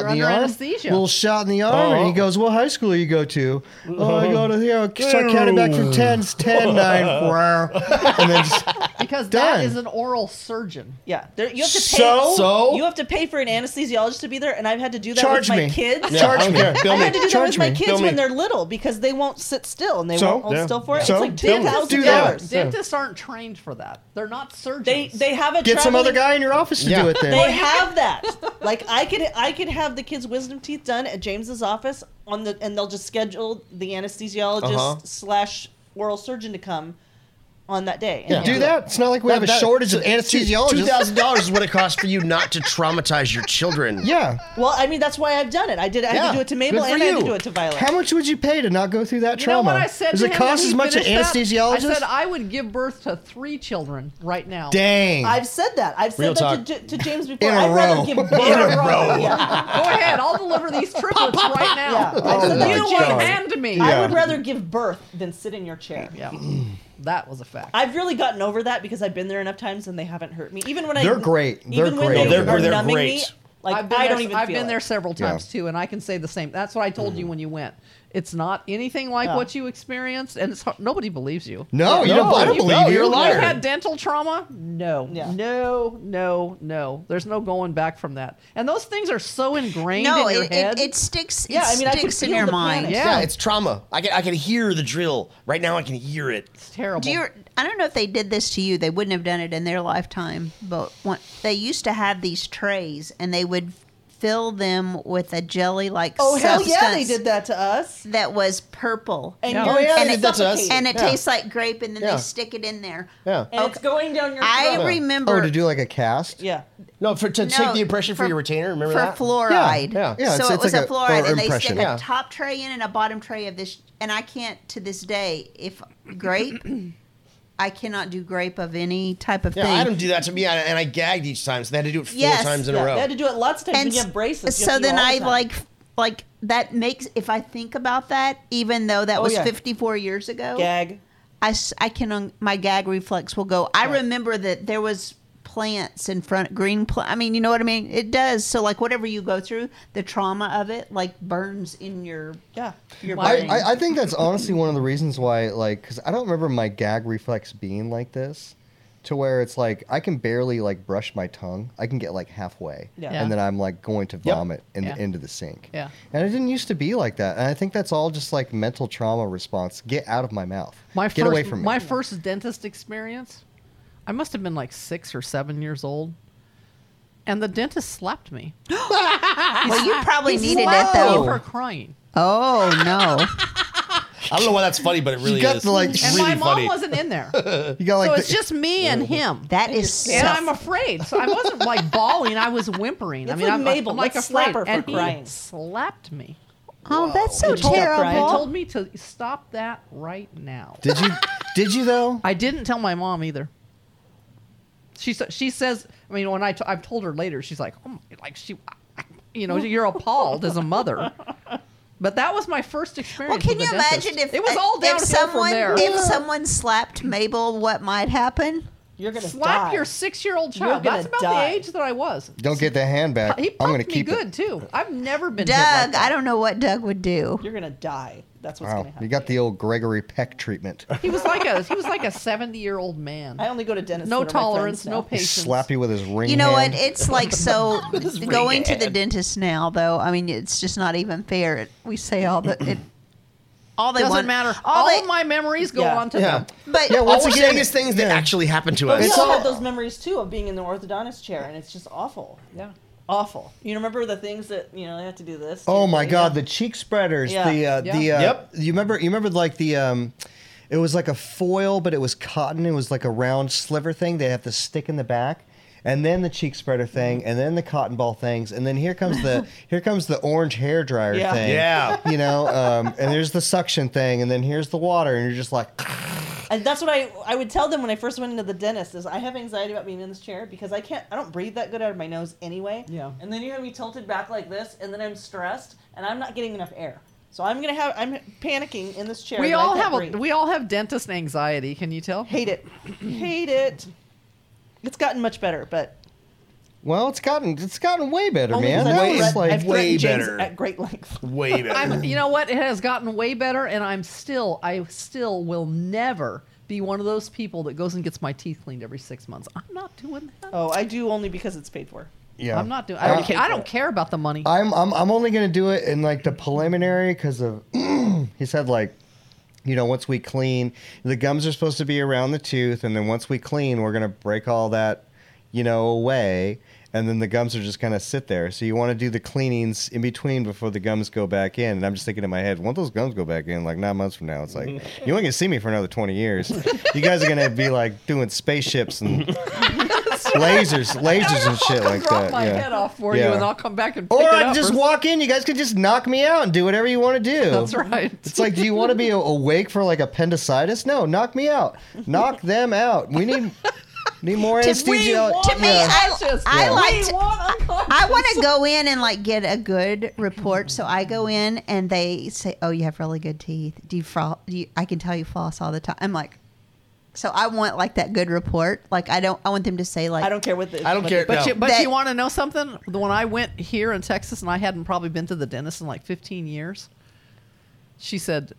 Speaker 5: in the
Speaker 8: under
Speaker 5: arm,
Speaker 8: anesthesia.
Speaker 5: little shot in the arm, and he goes, "What high school you go to?" Oh, I go to here. Start counting back from ten, it's ten, nine, four, and then just
Speaker 8: Because
Speaker 5: Done.
Speaker 8: that is an oral surgeon.
Speaker 6: yeah, there, you have to pay. Oh,
Speaker 5: So? So?
Speaker 6: you have to pay for an anesthesiologist to be there, and I've had to do that
Speaker 5: charge
Speaker 6: with my
Speaker 5: me,
Speaker 6: kids.
Speaker 5: charge me,
Speaker 6: I had to do that
Speaker 5: charge
Speaker 6: with my
Speaker 5: me.
Speaker 6: kids when they're little because they won't sit still and they
Speaker 5: So?
Speaker 6: won't hold
Speaker 5: Yeah.
Speaker 6: still for it.
Speaker 5: So?
Speaker 6: It's like
Speaker 5: Bill
Speaker 6: ten
Speaker 5: me.
Speaker 6: thousand
Speaker 5: Do that.
Speaker 6: dollars.
Speaker 8: Dentists aren't trained for that. They're not surgeons.
Speaker 6: They they have a
Speaker 5: Get some other
Speaker 6: traveling-
Speaker 5: guy in your office to
Speaker 7: Yeah.
Speaker 5: do it then.
Speaker 6: They have that. Like I could I could have the kids' wisdom teeth done at James's office on the and they'll just schedule the anesthesiologist
Speaker 7: Uh-huh.
Speaker 6: slash oral surgeon to come on that day. And
Speaker 5: Do that. It's not like we have a
Speaker 7: That-
Speaker 5: shortage of
Speaker 7: Two
Speaker 5: anesthesiologists.
Speaker 7: thousand dollars is what it costs for you not to traumatize your children.
Speaker 5: Yeah.
Speaker 6: Well, I mean that's why I've done it. I did I had
Speaker 7: Yeah,
Speaker 6: to do it to Mabel
Speaker 5: Good for
Speaker 6: and I had
Speaker 5: you.
Speaker 6: to do it to Violet.
Speaker 5: How much would you pay to not go through that
Speaker 8: you know
Speaker 5: trauma?
Speaker 8: what I said?
Speaker 5: Does
Speaker 8: to
Speaker 5: it
Speaker 8: him
Speaker 5: cost
Speaker 8: when
Speaker 5: as
Speaker 8: he
Speaker 5: much to
Speaker 8: finished that?
Speaker 5: anesthesiologist?
Speaker 8: I said "Oh, I would give birth to three children right now.
Speaker 5: Dang.
Speaker 6: I've said that. I've said
Speaker 7: Real
Speaker 6: that to, to James before.
Speaker 5: In a
Speaker 6: I'd rather
Speaker 5: row.
Speaker 6: give
Speaker 5: In
Speaker 6: birth.
Speaker 5: a row.
Speaker 6: Yeah.
Speaker 8: Go ahead, I'll deliver these triplets right now.
Speaker 6: Yeah. I've said
Speaker 5: my
Speaker 6: that
Speaker 8: you
Speaker 6: to
Speaker 8: would
Speaker 5: God.
Speaker 8: hand me.
Speaker 6: I would rather give birth than sit in your chair.
Speaker 8: Yeah, that was a fact.
Speaker 6: I've really gotten over that because I've been there enough times and they haven't hurt me. Even when I
Speaker 5: They're great. They're
Speaker 6: even when
Speaker 5: great.
Speaker 6: they
Speaker 5: No, they're-
Speaker 6: are
Speaker 7: they're
Speaker 6: numbing
Speaker 7: great.
Speaker 6: me, like
Speaker 8: I've been
Speaker 6: I
Speaker 8: there,
Speaker 6: don't even.
Speaker 8: I've
Speaker 6: feel
Speaker 8: been
Speaker 6: it.
Speaker 8: there several
Speaker 5: Yeah. Mm-hmm.
Speaker 8: times too, and I can say the same. That's what I told you when you went. It's not anything like
Speaker 6: Yeah.
Speaker 8: what you experienced, and it's hard, nobody believes you.
Speaker 5: no, you
Speaker 7: No,
Speaker 5: don't, I don't
Speaker 7: you-
Speaker 5: believe
Speaker 7: no,
Speaker 5: you.
Speaker 7: you're a liar.
Speaker 8: You had dental trauma? No,
Speaker 6: Yeah.
Speaker 8: no, no, no. There's no going back from that. And those things are so ingrained
Speaker 1: No,
Speaker 8: in your
Speaker 1: it,
Speaker 8: head.
Speaker 1: it, it sticks. It
Speaker 6: Yeah, I mean, I could
Speaker 1: sticks in
Speaker 6: feel
Speaker 1: your
Speaker 6: the
Speaker 1: mind.
Speaker 6: panic.
Speaker 8: yeah,
Speaker 7: Yeah, it's trauma. I can I can hear the drill right now. I can hear it.
Speaker 8: it's terrible.
Speaker 1: Do you? I don't know if they did this to you. They wouldn't have done it in their lifetime, but when, they used to have these trays, and they would fill them with a jelly-like
Speaker 6: Oh hell
Speaker 1: substance
Speaker 6: yeah, they did that to us.
Speaker 1: that was purple.
Speaker 6: And
Speaker 8: Yeah.
Speaker 6: you're
Speaker 8: Oh,
Speaker 7: yeah,
Speaker 6: suffocating.
Speaker 7: they did that to us.
Speaker 1: and it
Speaker 7: Yeah.
Speaker 1: tastes like grape, and then they
Speaker 7: Yeah.
Speaker 1: stick it in there.
Speaker 7: Yeah.
Speaker 6: And it's going down your
Speaker 1: I
Speaker 6: throat.
Speaker 1: remember
Speaker 5: Oh, to do like a cast.
Speaker 6: Yeah.
Speaker 7: No, for to take
Speaker 1: No,
Speaker 7: the impression for, your retainer. Remember
Speaker 1: for
Speaker 7: that?
Speaker 1: fluoride.
Speaker 7: Yeah,
Speaker 5: yeah,
Speaker 1: so
Speaker 5: it's-
Speaker 1: it
Speaker 5: it's
Speaker 1: was
Speaker 5: like
Speaker 1: a
Speaker 5: a-
Speaker 1: fluoride,
Speaker 5: or
Speaker 1: and they
Speaker 5: impression.
Speaker 1: stick
Speaker 7: Yeah.
Speaker 1: a top tray in and a bottom tray of this. And I can't to this day if grape. I cannot do grape of any type of
Speaker 7: yeah,
Speaker 1: thing.
Speaker 7: I had them do that to me, and I- and I gagged each time, so they had to do it four
Speaker 1: Yes,
Speaker 7: times in
Speaker 6: yeah,
Speaker 7: a row.
Speaker 6: They had to do it lots of times.
Speaker 1: And
Speaker 6: you
Speaker 1: s-
Speaker 6: get braces. You
Speaker 1: So
Speaker 6: have to do
Speaker 1: then
Speaker 6: all the
Speaker 1: I
Speaker 6: time.
Speaker 1: like like that makes if I think about that, even though that
Speaker 6: Oh,
Speaker 1: was
Speaker 6: yeah.
Speaker 1: 54 years ago,
Speaker 6: gag.
Speaker 1: I s- I can un- my gag reflex will go. I remember that there was plants in front green pl- I mean, you know what I mean? It does. So like whatever you go through, the trauma of it like burns in your
Speaker 6: Yeah.
Speaker 1: your
Speaker 5: I,
Speaker 1: brain.
Speaker 5: I, I think that's honestly one of the reasons why, like, because I don't remember my gag reflex being like this, to where it's like I can barely like brush my tongue. I can get like halfway,
Speaker 6: Yeah.
Speaker 5: and then I'm like going to vomit in,
Speaker 8: Yeah.
Speaker 5: into the sink.
Speaker 8: Yeah.
Speaker 5: and it didn't used to be like that. And I think that's all just like mental trauma response. Get out of my mouth.
Speaker 8: My
Speaker 5: get
Speaker 8: first,
Speaker 5: away from me.
Speaker 8: my first dentist experience. I must have been like six or seven years old, and the dentist slapped me.
Speaker 1: well, you probably needed it
Speaker 5: slapped
Speaker 8: Me
Speaker 5: Oh.
Speaker 1: though.
Speaker 8: for crying.
Speaker 1: Oh no.
Speaker 7: I don't know why that's funny, but it really
Speaker 5: you got
Speaker 7: is.
Speaker 5: the, like,
Speaker 8: And
Speaker 7: really
Speaker 8: my mom
Speaker 7: funny.
Speaker 8: wasn't in there,
Speaker 5: you got like
Speaker 8: so
Speaker 5: the-
Speaker 8: it's just me and him.
Speaker 1: That is
Speaker 8: and
Speaker 1: self-
Speaker 8: I'm afraid. So I wasn't like bawling. I was whimpering. I
Speaker 6: It's
Speaker 8: mean,
Speaker 6: like
Speaker 8: I'm,
Speaker 6: Mabel,
Speaker 8: I'm like
Speaker 6: let's
Speaker 8: afraid.
Speaker 6: slap her for
Speaker 8: and he
Speaker 6: crying.
Speaker 8: slapped me.
Speaker 1: Oh, that's so
Speaker 6: Told-
Speaker 8: He
Speaker 6: Right.
Speaker 1: terrible.
Speaker 8: told me to stop that right now.
Speaker 5: did you did you though?
Speaker 8: I didn't tell my mom either. She sa- she says, I mean, when I t- I've told her later, she's like, oh my, like she, you know, you're appalled as a mother. But that was my first
Speaker 1: Well,
Speaker 8: experience.
Speaker 1: can you
Speaker 8: with a dentist.
Speaker 1: imagine if uh,
Speaker 8: it was all downhill
Speaker 1: if someone
Speaker 8: from there?
Speaker 1: if someone slapped Mabel, what might happen?
Speaker 6: You're gonna
Speaker 8: Slap
Speaker 6: die.
Speaker 8: your six-year-old
Speaker 6: You're
Speaker 8: child.
Speaker 6: gonna
Speaker 8: That's about
Speaker 6: die.
Speaker 8: the age that I was.
Speaker 5: Don't get the hand back.
Speaker 8: He
Speaker 5: I'm
Speaker 8: pumped
Speaker 5: gonna
Speaker 8: me
Speaker 5: keep
Speaker 8: good
Speaker 5: it.
Speaker 8: too. I've never been. hit like
Speaker 1: Doug,
Speaker 8: that.
Speaker 1: I don't know what Doug would do.
Speaker 6: You're gonna die. That's what's gonna
Speaker 5: Wow,
Speaker 6: happen.
Speaker 5: you got the old Gregory Peck treatment.
Speaker 8: He was like a he was like a seventy-year-old man.
Speaker 6: I only go to dentists.
Speaker 8: No
Speaker 6: that are my
Speaker 8: tolerance,
Speaker 6: friends
Speaker 8: no
Speaker 6: now.
Speaker 5: He
Speaker 8: patience.
Speaker 5: slap you with his ring.
Speaker 1: You know
Speaker 5: hand.
Speaker 1: what? It's like so going to the
Speaker 7: hand.
Speaker 1: dentist now though. I mean, it's just not even fair. It, we say all the it all they
Speaker 8: Doesn't
Speaker 1: want
Speaker 8: matter.
Speaker 1: All,
Speaker 8: All,
Speaker 1: they,
Speaker 8: of my memories go
Speaker 6: Yeah.
Speaker 8: on to
Speaker 7: Yeah.
Speaker 8: them.
Speaker 1: but
Speaker 5: Yeah,
Speaker 7: All
Speaker 5: once
Speaker 7: we're
Speaker 5: again-
Speaker 7: saying is things that actually happened to us.
Speaker 6: We
Speaker 5: It's
Speaker 6: all
Speaker 5: all-
Speaker 6: had those memories too of being in the orthodontist chair, and it's just awful.
Speaker 8: Yeah.
Speaker 6: Awful. You remember the things that you know they have to do this. do
Speaker 5: Oh my
Speaker 6: that,
Speaker 5: God,
Speaker 6: yeah.
Speaker 5: the cheek spreaders.
Speaker 6: Yeah.
Speaker 5: The uh,
Speaker 8: Yeah.
Speaker 5: the uh,
Speaker 7: Yep.
Speaker 5: You remember? You remember like the um, it was like a foil, but it was cotton. It was like a round sliver thing. They have to stick in the back, and then the cheek spreader thing, and then the cotton ball things, and then here comes the here comes the orange hair dryer
Speaker 6: Yeah.
Speaker 5: thing.
Speaker 7: Yeah.
Speaker 5: You know, um, and there's the suction thing, and then here's the water, and you're just like,
Speaker 6: And that's what I I would tell them when I first went into the dentist is I have anxiety about being in this chair because I can't I don't breathe that good out of my nose anyway.
Speaker 8: Yeah.
Speaker 6: And then you have me tilted back like this, and then I'm stressed, and I'm not getting enough air. So I'm gonna have I'm panicking in this chair.
Speaker 8: We
Speaker 6: that I
Speaker 8: all
Speaker 6: can't
Speaker 8: have a,
Speaker 6: breathe.
Speaker 8: we all have dentist anxiety. Can you tell?
Speaker 6: hate it, hate it. It's gotten much better, but
Speaker 5: well, it's gotten it's gotten way better,
Speaker 6: only
Speaker 5: man.
Speaker 6: because
Speaker 5: That
Speaker 6: I've
Speaker 5: was
Speaker 6: read-
Speaker 5: like
Speaker 6: I've
Speaker 7: way
Speaker 6: read James
Speaker 7: better.
Speaker 6: at great length.
Speaker 7: Way better.
Speaker 8: I'm, you know what? It has gotten way better, and I'm still, I still will never be one of those people that goes and gets my teeth cleaned every six months. I'm not doing that.
Speaker 6: Oh, I do only because it's paid for.
Speaker 5: yeah.
Speaker 8: I'm not doing. I don't,
Speaker 6: Okay.
Speaker 8: care, I don't care about the money.
Speaker 5: I'm I'm I'm only gonna do it in like the preliminary because of he said like you know once we clean the gums are supposed to be around the tooth and then once we clean we're gonna break all that you know away and then the gums are just gonna sit there so you want to do the cleanings in between before the gums go back in and I'm just thinking in my head once those gums go back in like nine months from now it's like you ain't gonna see me for another twenty years you guys are gonna be like doing spaceships and lasers lasers and shit like
Speaker 8: Drop
Speaker 5: that
Speaker 8: my
Speaker 5: yeah.
Speaker 8: head off for you,
Speaker 5: Yeah.
Speaker 8: and I'll come back and pick
Speaker 5: Or
Speaker 8: it
Speaker 5: I
Speaker 8: up
Speaker 5: can just
Speaker 8: or-
Speaker 5: walk in. You guys could just knock me out and do whatever you want to do.
Speaker 8: That's right.
Speaker 5: It's like, do you want to be a- awake for like appendicitis? No, knock me out. Knock them out. We need need more
Speaker 1: to,
Speaker 5: anesthesia.
Speaker 1: to me,
Speaker 5: Yeah.
Speaker 1: I, I
Speaker 5: Yeah.
Speaker 1: like
Speaker 6: We
Speaker 1: to-
Speaker 6: want
Speaker 1: I want to go in and like get a good report. So I go in and they say, "Oh, you have really good teeth. Do you, fro- do you I can tell you floss all the time." I'm like, so I want like that good report. Like I don't. I want them to say like
Speaker 6: I don't care what the
Speaker 7: I don't
Speaker 6: what
Speaker 7: care.
Speaker 6: the-
Speaker 8: But
Speaker 7: No.
Speaker 8: you, but
Speaker 1: That-
Speaker 8: you want to know something? The- When I went here in Texas, and I hadn't probably been to the dentist in like 15 years, she said,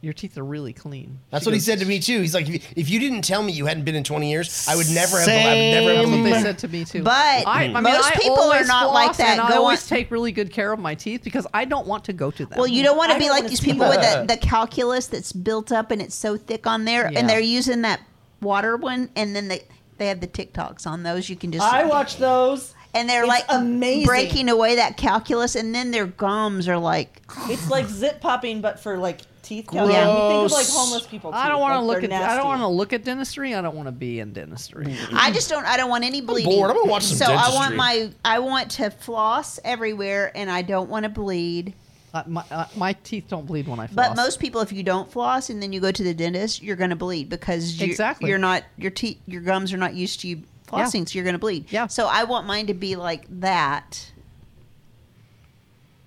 Speaker 8: "Your teeth are really clean."
Speaker 7: That's
Speaker 8: She
Speaker 7: what he
Speaker 8: goes-
Speaker 7: said to me too. He's like, if you, if you didn't tell me you hadn't been in 20 years, I would never have. I would never have
Speaker 5: Same.
Speaker 8: They
Speaker 7: believed you.
Speaker 8: said to me too.
Speaker 1: But most people are
Speaker 8: always
Speaker 1: not like
Speaker 8: floss and
Speaker 1: that.
Speaker 8: I
Speaker 1: Go
Speaker 8: always
Speaker 1: on-
Speaker 8: take really good care of my teeth because I don't want to go to them.
Speaker 1: Well, you don't want
Speaker 6: I
Speaker 1: to be
Speaker 6: don't
Speaker 1: like
Speaker 6: wanna
Speaker 1: these
Speaker 6: see
Speaker 1: people with the, the calculus that's built up and it's so thick on there,
Speaker 8: Yeah.
Speaker 1: and they're using that water one, and then they they have the TikToks on those. You can just
Speaker 6: I watch those.
Speaker 1: and they're
Speaker 6: It's
Speaker 1: like
Speaker 6: amazing.
Speaker 1: breaking away that calculus, and then their gums are like
Speaker 6: It's like zit popping, but for like teeth. Gross. Yeah, you think of like
Speaker 7: Gross.
Speaker 6: homeless people.
Speaker 8: I don't want to look at. I don't want to
Speaker 6: to.
Speaker 8: look at dentistry. I don't want to be in dentistry.
Speaker 1: I just don't. I don't want any bleeding.
Speaker 7: bored. I'm gonna watch some
Speaker 1: So I want
Speaker 7: dentistry.
Speaker 1: my. I want to floss everywhere, and I don't want to bleed.
Speaker 8: Uh, my, uh, my teeth don't bleed when I floss.
Speaker 1: But most people, if you don't floss and then you go to the dentist, you're going to bleed because you,
Speaker 8: Exactly.
Speaker 1: you're not your teeth, your gums are not used to you flossing, so you're going to bleed.
Speaker 8: Yeah.
Speaker 1: So I want mine to be like that,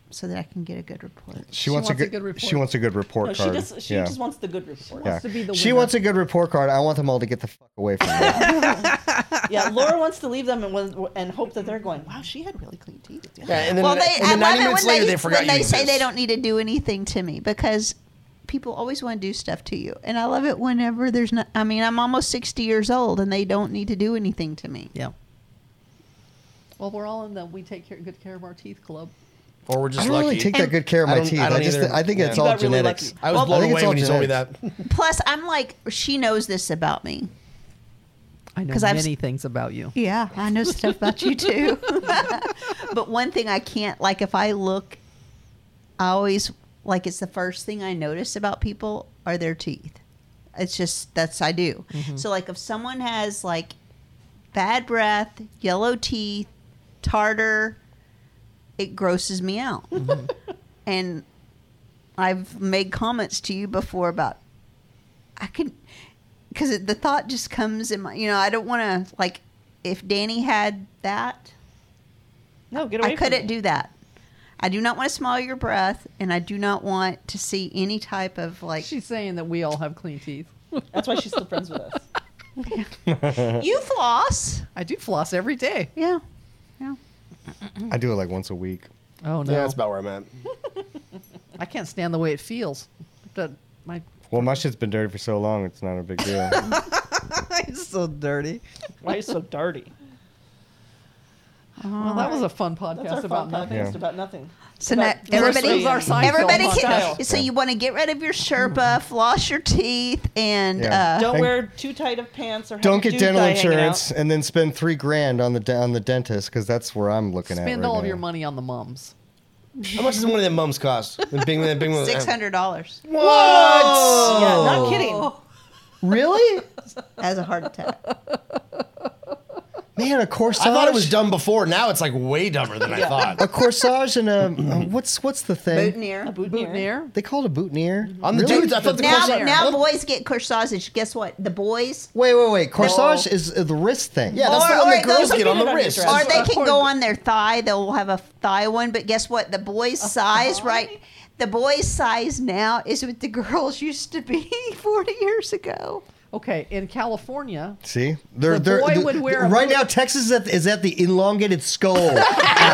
Speaker 1: so that I can get a good report.
Speaker 5: She, wants, a, good,
Speaker 8: report.
Speaker 5: She wants a good report
Speaker 6: No, she
Speaker 5: card.
Speaker 6: just she
Speaker 5: yeah.
Speaker 6: just wants the good report.
Speaker 5: yeah.
Speaker 8: to be the
Speaker 5: She
Speaker 8: winner.
Speaker 5: wants a good report card. I want them all to get the fuck away from me.
Speaker 6: Yeah, Laura wants to leave them and was- and hope that they're going. Wow, she had really clean teeth.
Speaker 7: Yeah, and then,
Speaker 1: well, they,
Speaker 7: and
Speaker 1: I love
Speaker 7: then 90
Speaker 1: it
Speaker 7: minutes
Speaker 1: when
Speaker 7: later
Speaker 1: they,
Speaker 7: they, forgot
Speaker 1: when
Speaker 7: you
Speaker 1: they say they
Speaker 7: exist.
Speaker 1: don't need to do anything to me because people always want to do stuff to you, and I love it whenever there's not. I mean, I'm almost 60 years old, and they don't need to do anything to me.
Speaker 8: Yeah. Well, we're all in the we take care, good care of our teeth club.
Speaker 7: Or we're just
Speaker 5: I don't
Speaker 7: lucky.
Speaker 5: really take that good care of
Speaker 7: I
Speaker 5: my
Speaker 7: don't- I
Speaker 5: teeth.
Speaker 7: don't
Speaker 5: I, just
Speaker 7: either.
Speaker 5: I think
Speaker 7: Yeah.
Speaker 5: it's
Speaker 7: You
Speaker 5: all
Speaker 6: got really lucky.
Speaker 5: genetics.
Speaker 7: I was
Speaker 1: Well,
Speaker 7: blown
Speaker 5: I think it's
Speaker 7: away
Speaker 5: all
Speaker 7: when you told me that.
Speaker 5: genetics.
Speaker 1: Plus, I'm like, she knows this about me.
Speaker 8: I know
Speaker 1: 'Cause I've s-
Speaker 8: many things about you.
Speaker 1: Yeah, I know stuff about you too. but one thing I can't like if I look I always like it's the first thing I notice about people are their teeth. It's just that's I do. So like if someone has like bad breath, yellow teeth, tartar, it grosses me out. Mm-hmm. and I've made comments to you before about I could because the thought just comes in my you know I don't want to like if Danny had that
Speaker 6: No, get
Speaker 1: I
Speaker 6: away. from
Speaker 1: couldn't
Speaker 6: me.
Speaker 1: do that. I do not want to smell your breath, and I do not want to see any type of like
Speaker 8: She's saying that we all have clean teeth.
Speaker 6: That's why she's still friends with us.
Speaker 1: you floss.
Speaker 8: I do floss every day.
Speaker 1: Yeah,
Speaker 5: I do it like once a week.
Speaker 8: Oh no,
Speaker 7: Yeah, that's about where I'm at.
Speaker 8: I can't stand the way it feels. The, my
Speaker 5: Well, my shit's been dirty for so long, it's not a big deal.
Speaker 8: it's so dirty.
Speaker 6: Why are you so dirty?
Speaker 8: Well, that was a fun podcast
Speaker 6: That's our
Speaker 8: about
Speaker 6: fun
Speaker 8: nothing.
Speaker 6: podcast
Speaker 5: Yeah.
Speaker 6: about nothing.
Speaker 1: so now
Speaker 6: About-
Speaker 1: everybody,
Speaker 8: This was our Seinfeld
Speaker 1: everybody
Speaker 6: style.
Speaker 1: can. So you want to get rid of your Sherpa, floss your teeth, and
Speaker 5: Yeah.
Speaker 1: uh,
Speaker 6: Don't
Speaker 5: Thank-
Speaker 6: wear too tight of pants or have
Speaker 5: Don't
Speaker 6: your dude
Speaker 5: get dental
Speaker 6: dye hanging out.
Speaker 5: insurance and then spend three grand on the de- on the dentist because that's where I'm looking at.
Speaker 8: Spend
Speaker 5: right
Speaker 8: all of
Speaker 5: now.
Speaker 8: your money on the mums.
Speaker 7: How much does one of them mums cost? The big, the big one.
Speaker 1: six hundred dollars.
Speaker 7: What?
Speaker 6: Yeah,
Speaker 1: Oh.
Speaker 6: not kidding.
Speaker 5: Really?
Speaker 1: As a heart attack.
Speaker 5: Man, a corsage.
Speaker 7: I thought it was dumb before. Now it's like way dumber than I
Speaker 5: A
Speaker 7: thought.
Speaker 5: corsage and a uh, what's what's the thing?
Speaker 1: Boutonniere.
Speaker 8: Boutonniere.
Speaker 5: They call it a boutonniere.
Speaker 7: On the dudes, I thought the
Speaker 1: Now,
Speaker 7: corsage-
Speaker 1: now boys get corsage. Guess what? The boys
Speaker 5: Wait, wait, wait. Corsage is uh, the wrist thing.
Speaker 7: Yeah, that's
Speaker 1: Or-
Speaker 7: the
Speaker 1: or
Speaker 7: one
Speaker 1: it
Speaker 7: that girls
Speaker 1: goes-
Speaker 7: get on the wrist.
Speaker 1: Or they
Speaker 8: Or-
Speaker 1: can go on their thigh. They'll have a thigh one. But guess what? The boys' size, right? The boys' size now is what the girls used to be 40 years ago.
Speaker 8: Okay, in California,
Speaker 5: See, they're,
Speaker 8: The
Speaker 5: they're,
Speaker 8: boy
Speaker 5: the-
Speaker 8: would wear a
Speaker 5: right
Speaker 8: boot-
Speaker 5: now. Texas is at, is at the elongated skull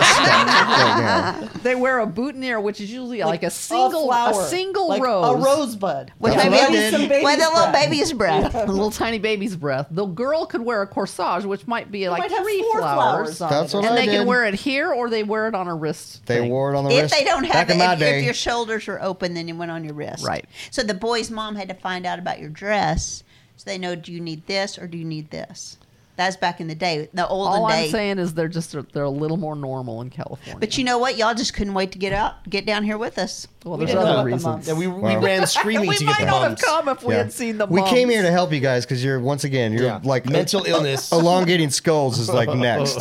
Speaker 5: aspect right now.
Speaker 8: they wear a boutonniere, which is usually like, a single, a,
Speaker 6: flower,
Speaker 8: single
Speaker 6: like
Speaker 8: rose,
Speaker 6: a rosebud.
Speaker 1: With,
Speaker 5: That's
Speaker 1: maybe
Speaker 5: what I
Speaker 1: a,
Speaker 5: did.
Speaker 1: with
Speaker 6: Some baby's
Speaker 1: a little
Speaker 6: breath.
Speaker 1: baby's breath.
Speaker 8: a little tiny baby's breath. The girl could wear a corsage, which might be like
Speaker 6: might have
Speaker 8: three
Speaker 6: four
Speaker 8: flowers.
Speaker 6: flowers on
Speaker 5: That's
Speaker 6: it.
Speaker 5: what
Speaker 8: and
Speaker 5: I
Speaker 8: they
Speaker 5: did.
Speaker 8: can wear it here, or they wear it on a wrist.
Speaker 5: They
Speaker 8: thing.
Speaker 5: wore it on the
Speaker 1: If
Speaker 5: wrist.
Speaker 1: they don't have
Speaker 5: Back in
Speaker 1: it,
Speaker 5: my
Speaker 1: if,
Speaker 5: day,
Speaker 1: if your shoulders are open, then you went on your wrist.
Speaker 8: Right.
Speaker 1: So the boy's mom had to find out about your dress, so they know do you need this or do you need this. That's back in the day, the olden
Speaker 8: All
Speaker 1: day.
Speaker 8: I'm saying is they're just they're a little more normal in California.
Speaker 1: but you know what? Y'all just couldn't wait to get out, get down here with us.
Speaker 8: well,
Speaker 6: We
Speaker 8: there's
Speaker 6: didn't know
Speaker 8: other
Speaker 6: about the
Speaker 8: reasons.
Speaker 6: mums.
Speaker 7: Yeah, we,
Speaker 5: Wow.
Speaker 7: we ran screaming
Speaker 8: we
Speaker 7: to get
Speaker 8: might
Speaker 7: the
Speaker 8: not have
Speaker 7: mums.
Speaker 8: come if we
Speaker 5: yeah.
Speaker 8: had seen the.
Speaker 5: We came here to
Speaker 8: mums.
Speaker 5: help you guys because you're once again you're
Speaker 7: Yeah.
Speaker 5: like uh,
Speaker 7: mental illness.
Speaker 5: elongating skulls is like next.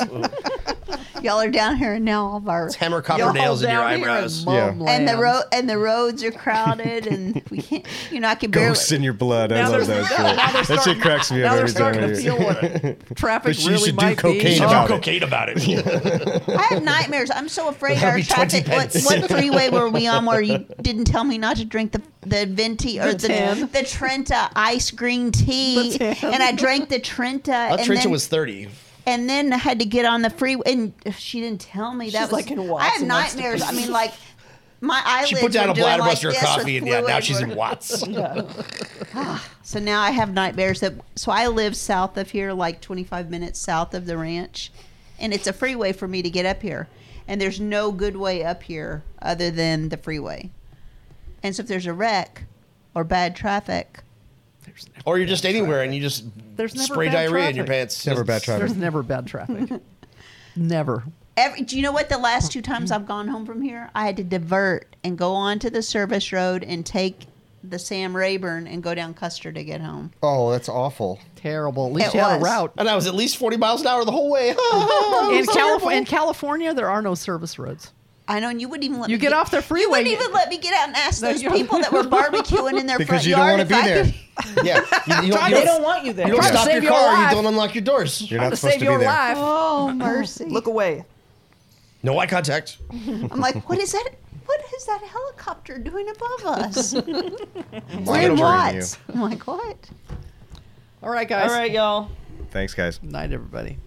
Speaker 1: Y'all are down here, and now all of our
Speaker 7: Hammer
Speaker 8: Y'all
Speaker 7: copper nails in your
Speaker 8: down here
Speaker 7: eyebrows.
Speaker 8: in mum
Speaker 5: Yeah.
Speaker 1: and the
Speaker 8: land.
Speaker 1: road and the roads are crowded and we can't you know i can barely
Speaker 5: Ghosts in your blood. I
Speaker 8: Now
Speaker 5: love
Speaker 8: they're-
Speaker 5: that
Speaker 8: now they're
Speaker 5: shit. That shit
Speaker 8: starting-
Speaker 5: cracks me
Speaker 8: Now
Speaker 5: up
Speaker 8: they're
Speaker 5: every
Speaker 8: starting
Speaker 5: time. I
Speaker 8: to
Speaker 5: hear
Speaker 8: feel
Speaker 5: it.
Speaker 8: what traffic
Speaker 5: But you
Speaker 8: really
Speaker 5: should do
Speaker 8: might
Speaker 5: cocaine
Speaker 8: be. Oh,
Speaker 7: Talk
Speaker 5: about it.
Speaker 7: cocaine about it.
Speaker 1: i have nightmares i'm so afraid our
Speaker 7: be 20
Speaker 1: traffic what,
Speaker 7: pence.
Speaker 1: what freeway were we on where you didn't tell me not to drink the the venti or
Speaker 8: The
Speaker 1: the the,
Speaker 8: tan.
Speaker 1: trenta ice green tea
Speaker 8: The tan.
Speaker 1: and i drank the trenta
Speaker 7: That
Speaker 1: and,
Speaker 7: trencher
Speaker 1: then,
Speaker 7: was 30.
Speaker 1: and then i had to get on the freeway and she didn't tell me that was
Speaker 6: She's like in Watts
Speaker 1: i have
Speaker 6: and wants to
Speaker 1: nightmares
Speaker 6: pee.
Speaker 1: i mean like my eyelids
Speaker 7: She put down
Speaker 1: were
Speaker 7: a
Speaker 1: doing
Speaker 7: bladder
Speaker 1: like
Speaker 7: buster of
Speaker 1: this with
Speaker 7: coffee, and yeah, now
Speaker 1: fluid
Speaker 7: she's
Speaker 1: were-
Speaker 7: in Watts.
Speaker 1: So now I have nightmares that. So I live south of here, like 25 minutes south of the ranch, and it's a freeway for me to get up here. And there's no good way up here other than the freeway. And so if there's a wreck or bad traffic,
Speaker 7: Or you're just anywhere and you just
Speaker 8: There's never
Speaker 7: spray
Speaker 8: bad
Speaker 7: diarrhea in your
Speaker 8: traffic.
Speaker 7: pants.
Speaker 5: Never bad traffic.
Speaker 8: There's never bad traffic. Never.
Speaker 1: Every, do you know what? The last two times I've gone home from here, I had to divert and go onto the service road and take the Sam Rayburn and go down Custer to get home.
Speaker 5: Oh, that's awful.
Speaker 8: Terrible. At least
Speaker 1: It
Speaker 8: you had
Speaker 1: was.
Speaker 8: a route.
Speaker 7: And I was at least 40 miles an hour the whole way.
Speaker 5: Oh,
Speaker 8: In, Calif- in California, there are no service roads.
Speaker 1: I know and you wouldn't even let
Speaker 8: You
Speaker 1: me
Speaker 8: get off the
Speaker 1: You
Speaker 8: freeway,
Speaker 1: wouldn't
Speaker 8: you-
Speaker 1: even let me get out and ask
Speaker 8: No,
Speaker 1: those
Speaker 8: you-
Speaker 1: people that were barbecuing in their front
Speaker 5: Because you don't
Speaker 1: yard
Speaker 5: want to
Speaker 1: if
Speaker 5: be
Speaker 1: I
Speaker 5: there.
Speaker 1: could-
Speaker 7: yeah. You, you don't, you
Speaker 6: They
Speaker 7: don't-
Speaker 6: don't want you there.
Speaker 7: you don't
Speaker 8: Trying to
Speaker 7: stop your
Speaker 8: save your
Speaker 7: car.
Speaker 8: life.
Speaker 7: You don't unlock your doors.
Speaker 5: You're
Speaker 8: Trying
Speaker 5: not
Speaker 8: to
Speaker 5: supposed
Speaker 8: save
Speaker 5: to be
Speaker 8: your
Speaker 5: there.
Speaker 8: life.
Speaker 1: Oh mercy!
Speaker 6: Look away.
Speaker 7: No eye contact.
Speaker 1: I'm like, what is that? What is that helicopter doing above us?
Speaker 5: Monitoring
Speaker 1: what?
Speaker 5: you.
Speaker 1: I'm like, what?
Speaker 8: All right, guys.
Speaker 6: All right, y'all.
Speaker 5: Thanks, guys.
Speaker 8: Night, everybody.